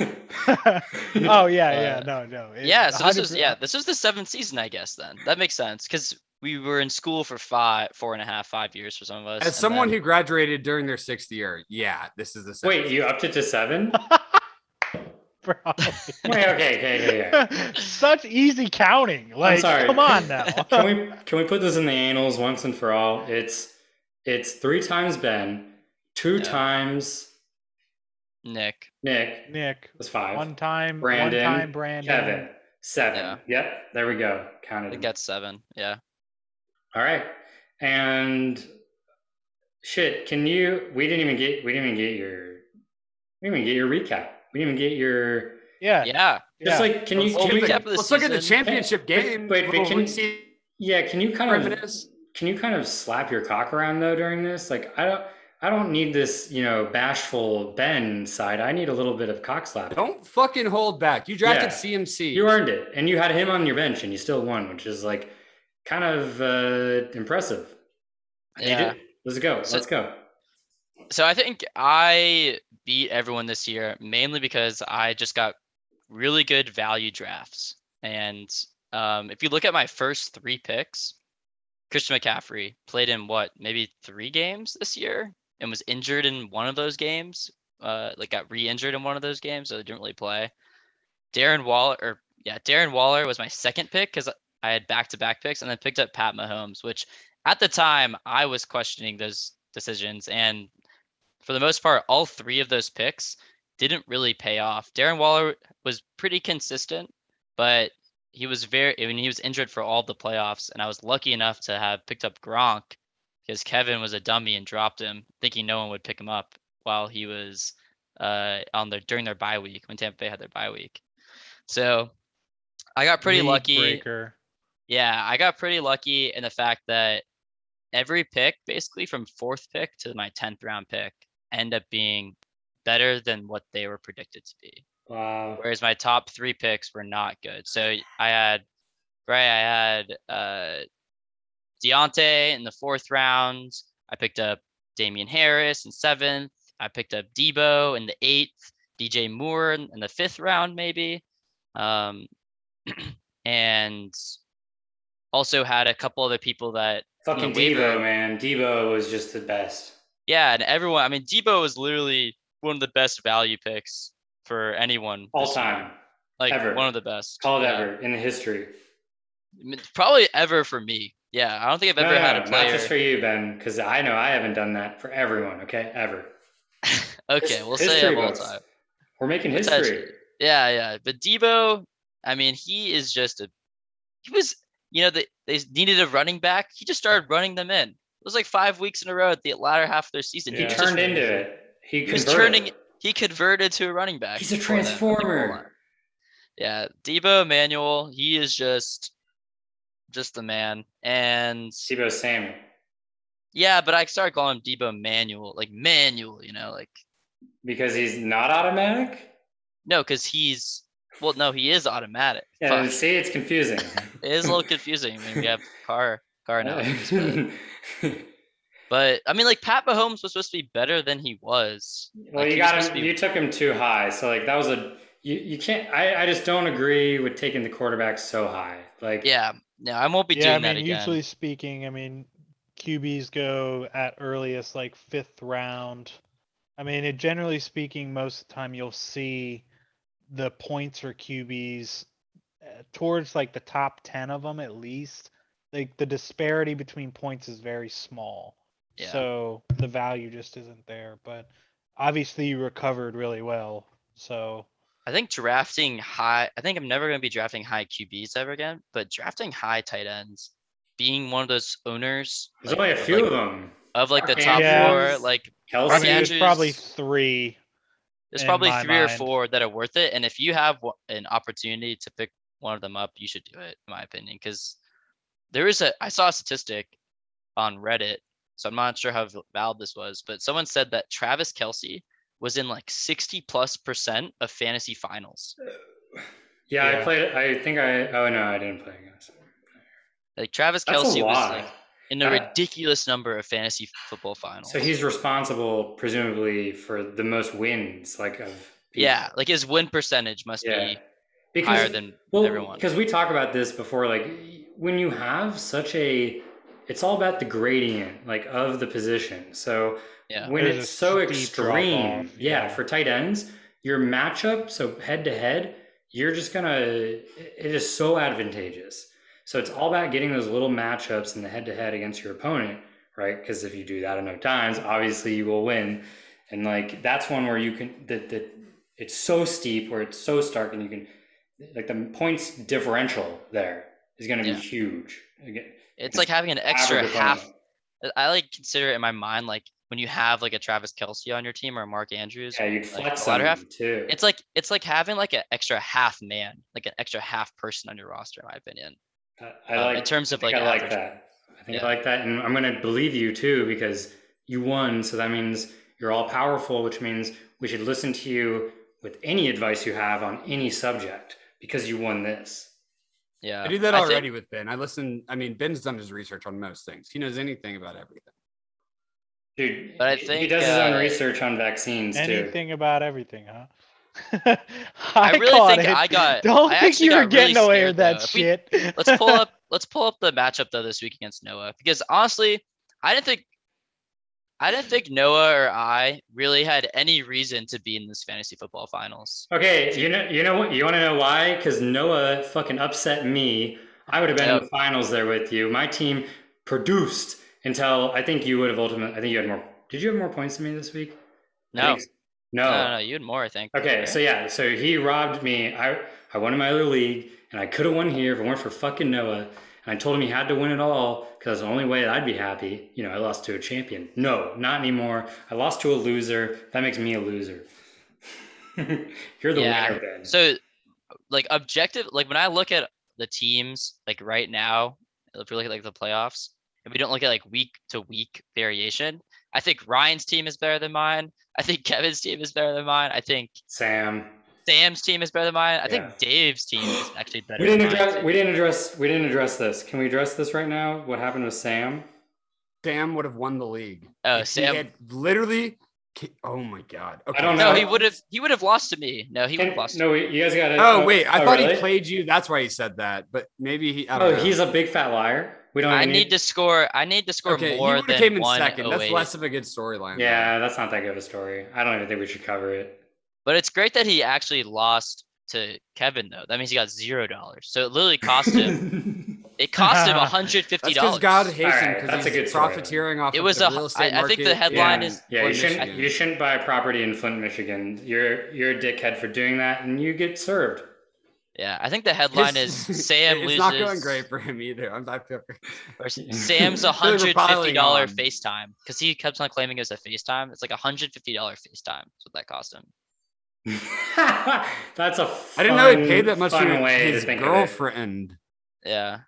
oh yeah, yeah, no,
Uh,
no. it-
yeah, so this was
100%
yeah, this was the seventh season, I guess. Then that makes sense because we were in school for five, four and a half, five years for some of us.
as
and
someone
then-
who graduated during their sixth year, yeah, this is the same.
Wait, you upped it to seven?
probably.
Wait, okay, okay, okay, yeah.
Such easy counting. Like,
sorry.
come on now.
Can we can we put this in the annals once and for all? It's it's three times Ben, two
Yeah.
times
Nick,
Nick.
Nick,
That's five.
one time,
Brandon,
one time, Brandon.
Kevin, seven. Yep, there we go.
I
Counted.
think
them.
that's seven. Yeah,
All right. And shit, can you we didn't even get we didn't even get your we didn't even get your recap. We didn't even get your
Yeah, yeah.
yeah.
just like can you
Well,
can
we-
we,
Recap of the
Let's look at the
season.
championship
Wait,
game.
wait, but
Little
can-
Reese's
yeah, can you kind of
Reminisce.
can you kind of slap your cock around though during this? Like I don't I don't need this, you know, bashful Ben side. I need a little bit of cock slap.
Don't fucking hold back. You drafted
Yeah.
CMC.
You earned it. And you had him on your bench and you still won, which is like kind of uh impressive. I need
Yeah.
it. Let's go.
So-
Let's go.
So I think I beat everyone this year mainly because I just got really good value drafts. And um, if you look at my first three picks, Christian McCaffrey played in what maybe three games this year and was injured in one of those games. Uh, like got re-injured in one of those games, so they didn't really play. Darren Waller, or yeah, Darren Waller was my second pick because I had back-to-back picks, and then picked up Pat Mahomes, which at the time I was questioning those decisions, and for the most part, all three of those picks didn't really pay off. Darren Waller was pretty consistent, but he was very I mean he was injured for all the playoffs, and I was lucky enough to have picked up Gronk because Kevin was a dummy and dropped him, thinking no one would pick him up while he was uh, on their during their bye week when Tampa Bay had their bye week. So I got pretty
League
lucky.
Breaker.
Yeah, I got pretty lucky in the fact that every pick, basically from fourth pick to my 10th round pick, end up being better than what they were predicted to be.
Wow.
Whereas my top three picks were not good. So I had, right, I had uh, Deontay in the fourth round. I picked up Damian Harris in seventh. I picked up Debo in the eighth, DJ Moore in in the fifth round, maybe. Um, and also had a couple other people that
Fucking
waiver-
Debo, man. Debo was just the best.
yeah, and everyone. I mean, Debo is literally one of the best value picks for anyone
All
this year.
time.
like
ever.
one of the best
Called
yeah.
ever in the history.
I mean, Probably ever for me. Yeah, I don't think I've ever had a
Not
player.
just for you, Ben, because I know I haven't done that for everyone. Okay, ever.
okay,
His-
we'll say
history
of all
books.
time.
We're making
It's
history.
actually- Yeah, yeah. But Debo, I mean, he is just a. He was, you know, they they needed a running back. He just started running them in. It was like five weeks in a row at the latter half of their season.
He
Yeah.
just-
turned into it. He
was
converted.
turning- he converted to a running back.
He's a
for them on the goal
transformer.
line. Yeah, Debo Emmanuel, he is just, just the man. And
Debo Samuel.
yeah, but I started calling him Debo Manuel, like Manuel, you know, like
Because he's not automatic?
no, because he's well, no, he is automatic.
Yeah,
Fuck.
see, it's confusing.
It is a little confusing. I mean, we have car car now.
well,
But I mean, like Pat Mahomes was supposed to be better than he was. Like,
you
he
got
was supposed
him.
to be-
You took him too high. So, like, that was a. You, you can't. I, I just don't agree with taking the quarterback so high. Like,
Yeah, no, I won't be
yeah, I
doing
mean,
that again.
usually speaking, I mean, QBs go at earliest like fifth round. I mean, it, generally speaking, most of the time you'll see the points for QBs uh, towards like the top ten of them at least. Like the disparity between points is very small,
Yeah.
so the value just isn't there. But obviously, you recovered really well, so
I think drafting high, I think I'm never going to be drafting high QBs ever again, but drafting high tight ends, being one of those owners
There's only a few
like,
of them.
of like the
Okay.
top
Yeah.
four, like
Kelsey.
I mean, there's
Andrews-
probably three.
there's
In
probably
my
three or
mind.
four that are worth it. And if you have wha- an opportunity to pick one of them up, you should do it, in my opinion, because there is a, I saw a statistic on Reddit, so I'm not sure how v- valid this was, but someone said that Travis Kelsey was in like 60 plus percent of fantasy finals.
yeah, I
Yeah.
played. I think I. Oh no, I didn't play against. him.
Like Travis
That's
Kelsey
a
was
lot.
like in a
Uh,
ridiculous number of fantasy football finals.
so he's responsible, presumably, for the most wins, like of. people.
yeah, like his win percentage must
Yeah.
be
Because
higher than
well,
everyone.
because we talk about this before, like y- when you have such a, it's all about the gradient, like of the position. So
Yeah.
when
There's
it's
a
so
steep drop
extreme,
off,
yeah,
yeah.
for tight ends, your matchup, so head to head, you're just gonna, it is so advantageous. So it's all about getting those little matchups in the head to head against your opponent, right? Because if you do that enough times, obviously you will win. And like that's one where you can that that it's so steep where it's so stark and you can like the points differential there is going to
Yeah.
be huge. Again,
it's like having an extra
average
half
opponent.
I- I like consider it in my mind like when you have like a Travis Kelsey on your team or a Mark Andrews.
Yeah, you
like,
flex
the latter
them
half,
too.
It's like it's like having like an extra half man, like an extra half person on your roster, in my opinion.
I, I
um, in
like
terms of,
I think
like,
I like
average.
that. I think I
Yeah.
like that, and I'm going to believe you too because you won. So that means you're all powerful, which means we should listen to you with any advice you have on any subject because you won this.
Yeah.
I do that
I think-
already with Ben. I listen. I mean, Ben's done his research on most things. He knows anything about everything.
Dude,
But I
he- he
think,
does his own
uh,
research on vaccines too.
Anything about everything, huh?
I, really
caught
think
it.
I got
Don't
I
think
actually
you were
got really
getting away with
scared,
that
though. If we-
shit.
let's pull up let's pull up the matchup though this week against Noah because honestly, I didn't think I didn't think Noah or I really had any reason to be in this fantasy football finals.
Okay, you know, you know what? You want to know why? Because Noah fucking upset me. I would have been in the finals there with you. My team produced until I think you would have ultimately. I think you had more. Did you have more points than me this week? I
No,
think-
no,
No.
no, no, you and more, I think.
Okay,
right?
so yeah, so he robbed me. I I won in my other league, and I could have won here if it weren't for fucking Noah. And I told him he had to win it all because the only way I'd be happy, you know, I lost to a champion. No, not anymore. I lost to a loser. That makes me a loser. You're the
Yeah,
winner, Ben.
So, like objective, like when I look at the teams, like right now, if we look at like the playoffs, and we don't look at like week to week variation, I think Ryan's team is better than mine. I think Kevin's team is better than mine. I think
Sam.
Sam's team is better than mine. I
Yeah.
think Dave's team is actually better.
We didn't
than mine.
address we didn't address we didn't address this. Can we address this right now? What happened with Sam?
Sam would have won the league.
Oh,
If
Sam.
He had literally. ki- Oh my god. Okay.
don't
no,
know.
he would have. He would have lost to me. No, he would
Can-
have lost. to
no, you guys got it.
Oh wait, I thought
really?
he played you. That's why he said that. But maybe he. I don't
Oh,
know.
he's a big fat liar. We don't
I
even
need to score. I need to score
okay. He
more
would
than
have came in
one
second. That's
08.
less of a good storyline.
Yeah, that's not that good of a story. I don't even think we should cover it.
But it's great that he actually lost to Kevin though. That means he got zero dollars. So it literally cost him. it cost him hundred fifty
That's because
dollars.
God hates him
Alright, that's
because
a good
he's
storyline.
profiteering off.
It
of
was
the
a-
real estate
I- I think the
market.
headline
yeah.
is-
yeah. You
Flint,
shouldn't
Michigan.
you shouldn't buy property in Flint, Michigan. You're you're a dickhead for doing that, and you get served.
yeah, I think the headline
His-
is Sam
it's
loses.
not going great for him either. I'm not feeling
or S- Sam's hundred fifty
piling
dollar
on.
FaceTime because he kept on claiming it was a FaceTime. It's like hundred fifty dollar FaceTime. That's what that cost him.
that's a.
I didn't know he
fun-
paid that much
fun
for
way
his
to think
girlfriend.
Yeah.
Of it.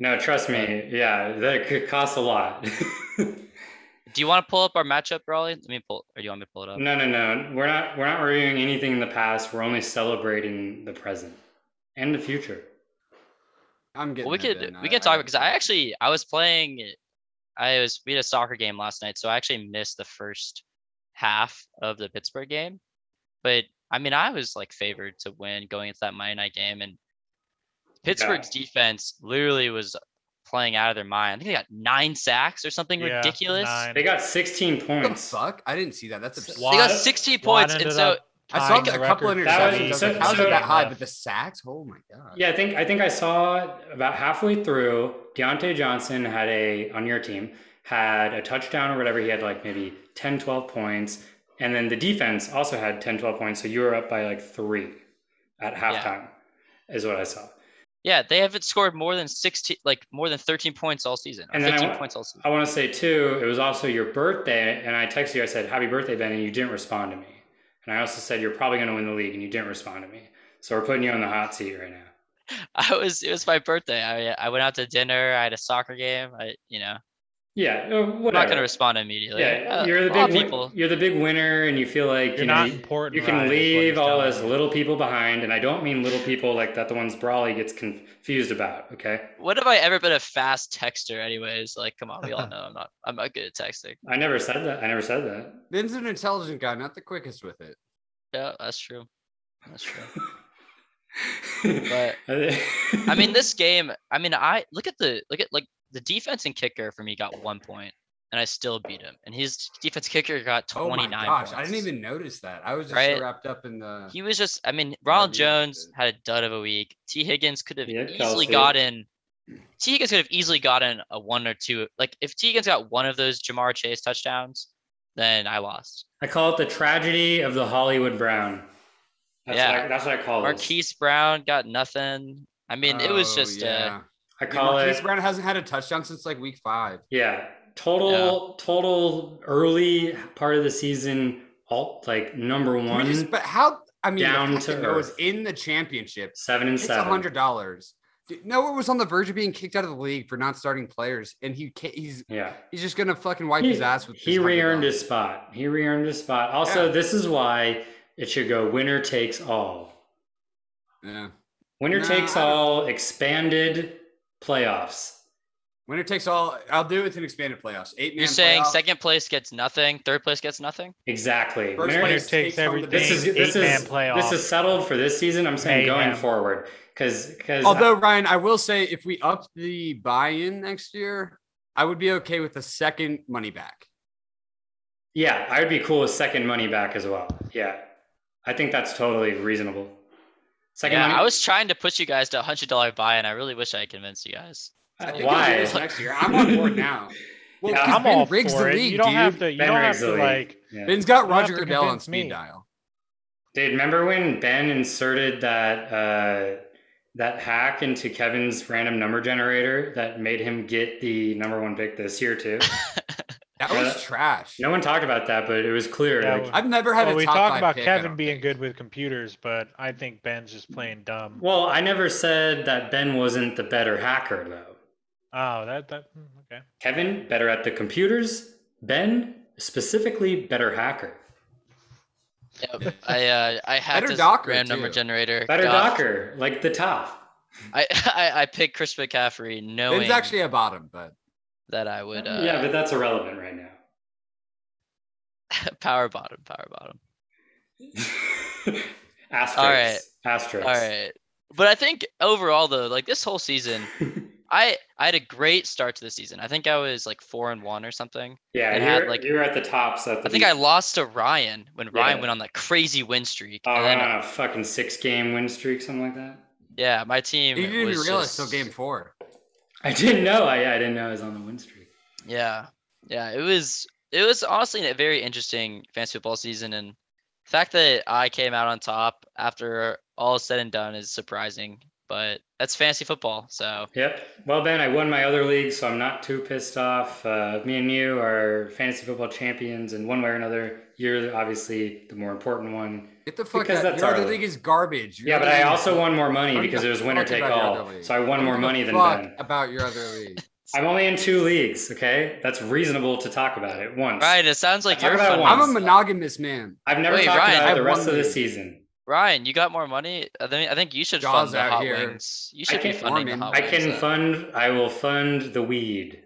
No, trust me. Yeah, that could cost a lot.
Do you want to pull up our matchup, Raleigh? Let me pull. Or do you want me to pull it up?
no, no, no. We're not we're not reviewing anything in the past. We're only celebrating the present and the future.
I'm getting.
Well, we
there,
could
Ben.
we
I-
could talk because I actually I was playing I was we had a soccer game last night, so I actually missed the first half of the Pittsburgh game. But I mean I was like favored to win going into that Monday night game and Pittsburgh's defense literally was playing out of their mind. I think they got nine sacks or something
Yeah,
ridiculous.
nine.
They got 16
What the
points.
fuck? I didn't see that. That's absurd.
They got
Wide-
60
Watt
points. And
ended
so
up
I saw
tying
the,
the
a couple interceptions.
record.
That was-
I was
so-
like, How's
so-
it that high? But the sacks? Oh my god.
Yeah, I think I think I saw about halfway through Deontay Johnson had a on your team had a touchdown or whatever. He had like maybe 10, 12 points. And then the defense also had 10, 12 points. So you were up by like three. at halftime, is what I saw.
Yeah, they haven't scored more than 16, like more than 13 points all season, or
And then I
15
wa-
points all season.
I want to say too, it was also your birthday, and I texted you. I said, "Happy birthday, Ben," and you didn't respond to me. And I also said, "You're probably going to win the league," and you didn't respond to me. So we're putting you on the hot seat right now.
I was, it was my birthday. I, I went out to dinner. I had a soccer game. I, you know,
Yeah, uh, whatever.
I'm not going to respond immediately.
Yeah,
Uh,
you're the
a
big
lot of
win-
people.
You're the big winner, and you feel like
You're
you
not
know, you-
important.
You can
Ryan, is what
leave
he's
all
telling
us
you.
little people behind, and I don't mean little people like that the ones Brawley gets confused about. Okay,
When have I ever been a fast texter? Anyways, like, come on, we all know I'm not, I'm not good at texting.
I never said that. I never said that.
Ben's an intelligent guy, not the quickest with it.
Yeah, that's true. That's true.
but
I mean, this game. I mean, I look at the look at like the defense and kicker for me got one point, and I still beat him. And his defense kicker got
Oh
twenty
my
nine.
gosh, I didn't even notice that. I was just
Right?
so wrapped up in the.
He was just. I mean,
he
Ronald
was
Jones
good.
had a dud of a week. T Higgins could have
Yeah,
easily
Kelce.
gotten. T Higgins could have easily gotten a one or two. Like if T Higgins got one of those Jamar Chase touchdowns, then I lost.
I call it the tragedy of the Hollywood Brown. That's
Yeah.
what I, that's what I call it.
Marquise Brown got nothing. I mean, it was
Oh,
just. Uh,
yeah.
I
Yeah,
call
Marquise
it
Brown hasn't had a touchdown since like week five.
yeah. Total total early part of the season alt like number
Can we
one
just- but how? I mean,
down
down
to
it was
earth.
in the championsh...chips.
seven and
It's a
seven.
hundred dollars. Noah was on the verge of being kicked out of the league for not starting players, and he ca- he's
Yeah.
he's just gonna fucking wipe his ass with.
he
this
re-earned
$100.
his spot. He re-earned his spot. Also,
Yeah.
this is why it should go winner takes all.
Yeah.
Winner
Nah,
takes
I don't-
all expanded playoffs.
Winner takes all. I'll do it with an expanded playoffs. Eight.
you're saying second place gets nothing, third place gets nothing.
Exactly.
First
Winner-
Winner
place
takes
takes home the
everything.
this is
Eight
this
man
is this
playoff.
is settled for this season. I'm saying going
Mayhem.
forward because because
Although Ryan, I will say if we up the buy-in next year, I would be okay with the second money back.
yeah, I would be cool with second money back as well. Yeah, I think that's totally reasonable. Second
yeah,
money.
I was trying to push you guys to a hundred dollar buy, and I really wish I convinced you guys.
I think I'll do
why?
this next year? I'm on board now. Well,
Yeah,
because
I'm all
Ben rigs
for
the
it.
league,
you don't
dude.
have to. You
Ben
don't
rigs
have
the
to
league.
like.
Yeah.
Ben's got
don't have
Roger
to
Goodell on
convince
speed
me.
dial.
Dude, remember when Ben inserted that uh, that hack into Kevin's random number generator that made him get the number one pick this year too?
That
Yeah.
was trash.
no one talked about that, but it was clear.
Yeah,
like-
well-
I've never had
Well,
a
we
top
talk
five
about
pick, I
Kevin
don't
being
think.
good with computers, but I think Ben's just playing dumb.
well, I never said that Ben wasn't the better hacker though.
Oh, that that hmm, okay.
Kevin better at the computers. Ben specifically better hacker.
Yep. I uh, I had
Better
this
Docker,
random number
too.
generator.
Better
God,
docker, like the top.
I, I I picked Chris McCaffrey knowing
Ben's actually a bottom, but
that I would uh,
yeah, but that's irrelevant right now.
power bottom, power bottom.
Asterix.
All right.
Asterix.
All right. But I think overall though, like this whole season, I I had a great start to the season. I think I was like four and one or something.
Yeah,
It
you're,
had, like-
you're at the top. So at the uh,
I think I lost to Ryan when Ryan
Yeah.
went on that crazy win streak.
Oh,
and
we're
then,
on a fucking six game win streak, something like that.
yeah, my team.
you didn't even
was
realize till
just-
game four.
I didn't know. I, I didn't know I was on the win streak.
Yeah, yeah, it was it was honestly a very interesting fantasy football season, and the fact that I came out on top after all is said and done is surprising, but that's fantasy football. So
Yep. Well, Ben, I won my other league, so I'm not too pissed off. Uh, me and you are fantasy football champions in one way or another. You're obviously the more important one.
Get the fuck
Because
out.
that's
Your
our
other
league.
league is garbage. Your
Yeah, but
other
I
league-
also won more money
I'm
because
not
it was winner
talking
take
about your
all.
other league.
So I won
Don't
more
give a
money than
fuck
Ben.
About your other league.
I'm only in two leagues, okay? That's reasonable to talk about it once.
Ryan, it sounds like
Talk
you're
about
fun.
one.
I'm a monogamous man.
I've never
Wait,
talked
Ryan, I
about
have
the rest
one
of the
league.
season.
Ryan, you got more money. I think I think you should
Jaws
fund the
out
hot
here.
wings. You should be
can't-
funding the
Norman,
hot
I
wings.
can
though.
fund, I will fund the weed.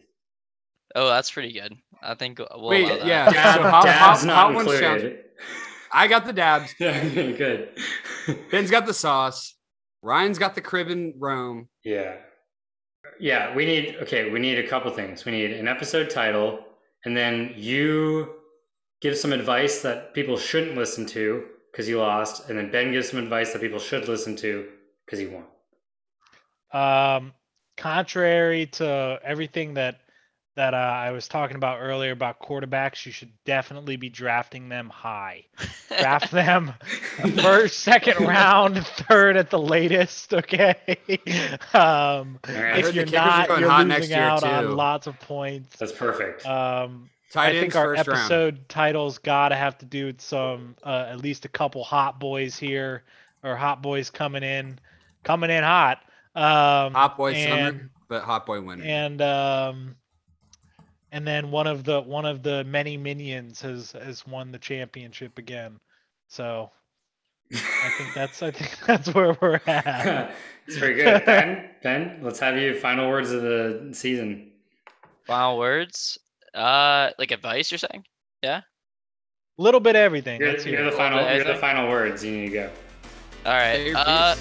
Oh, that's pretty good. I think we'll
Wait,
allow that.
yeah.
Dab,
So how-
dab's
how-
not
how one's sound-
included.
I got the dabs.
Yeah, good.
Ben's got the sauce. Ryan's got the crib in Rome.
yeah. Yeah, we need okay, we need a couple things. We need an episode title and then you give some advice that people shouldn't listen to because you lost and then Ben gives some advice that people should listen to because he won.
Um, contrary to everything that that uh, I was talking about earlier about quarterbacks. You should definitely be drafting them high. Draft them first, second round, third at the latest. Okay. um,
I heard
if
the
you're
kickers are
not,
going
you're
hot
losing
next year,
out
too.
on lots of points.
That's perfect.
Um,
Tight
I
ends
think our
first round.
episode titles gotta have to do with some uh, at least a couple hot boys here or hot boys coming in, coming in hot. Um,
Hot boy
and,
summer, but hot boy winter.
and um, and then one of the one of the many minions has has won the championship again. So I think that's I think that's where we're at.
it's pretty good. Ben, Ben, let's have you final words of the season.
Final words. Uh, like advice, you're saying?
Little bit of everything.
You're,
Let's hear
you're
it.
the final.
Well,
You're the
I-
final words. You need to go.
uh, All right. Uh,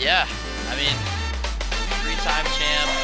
yeah. I mean, three-time champ.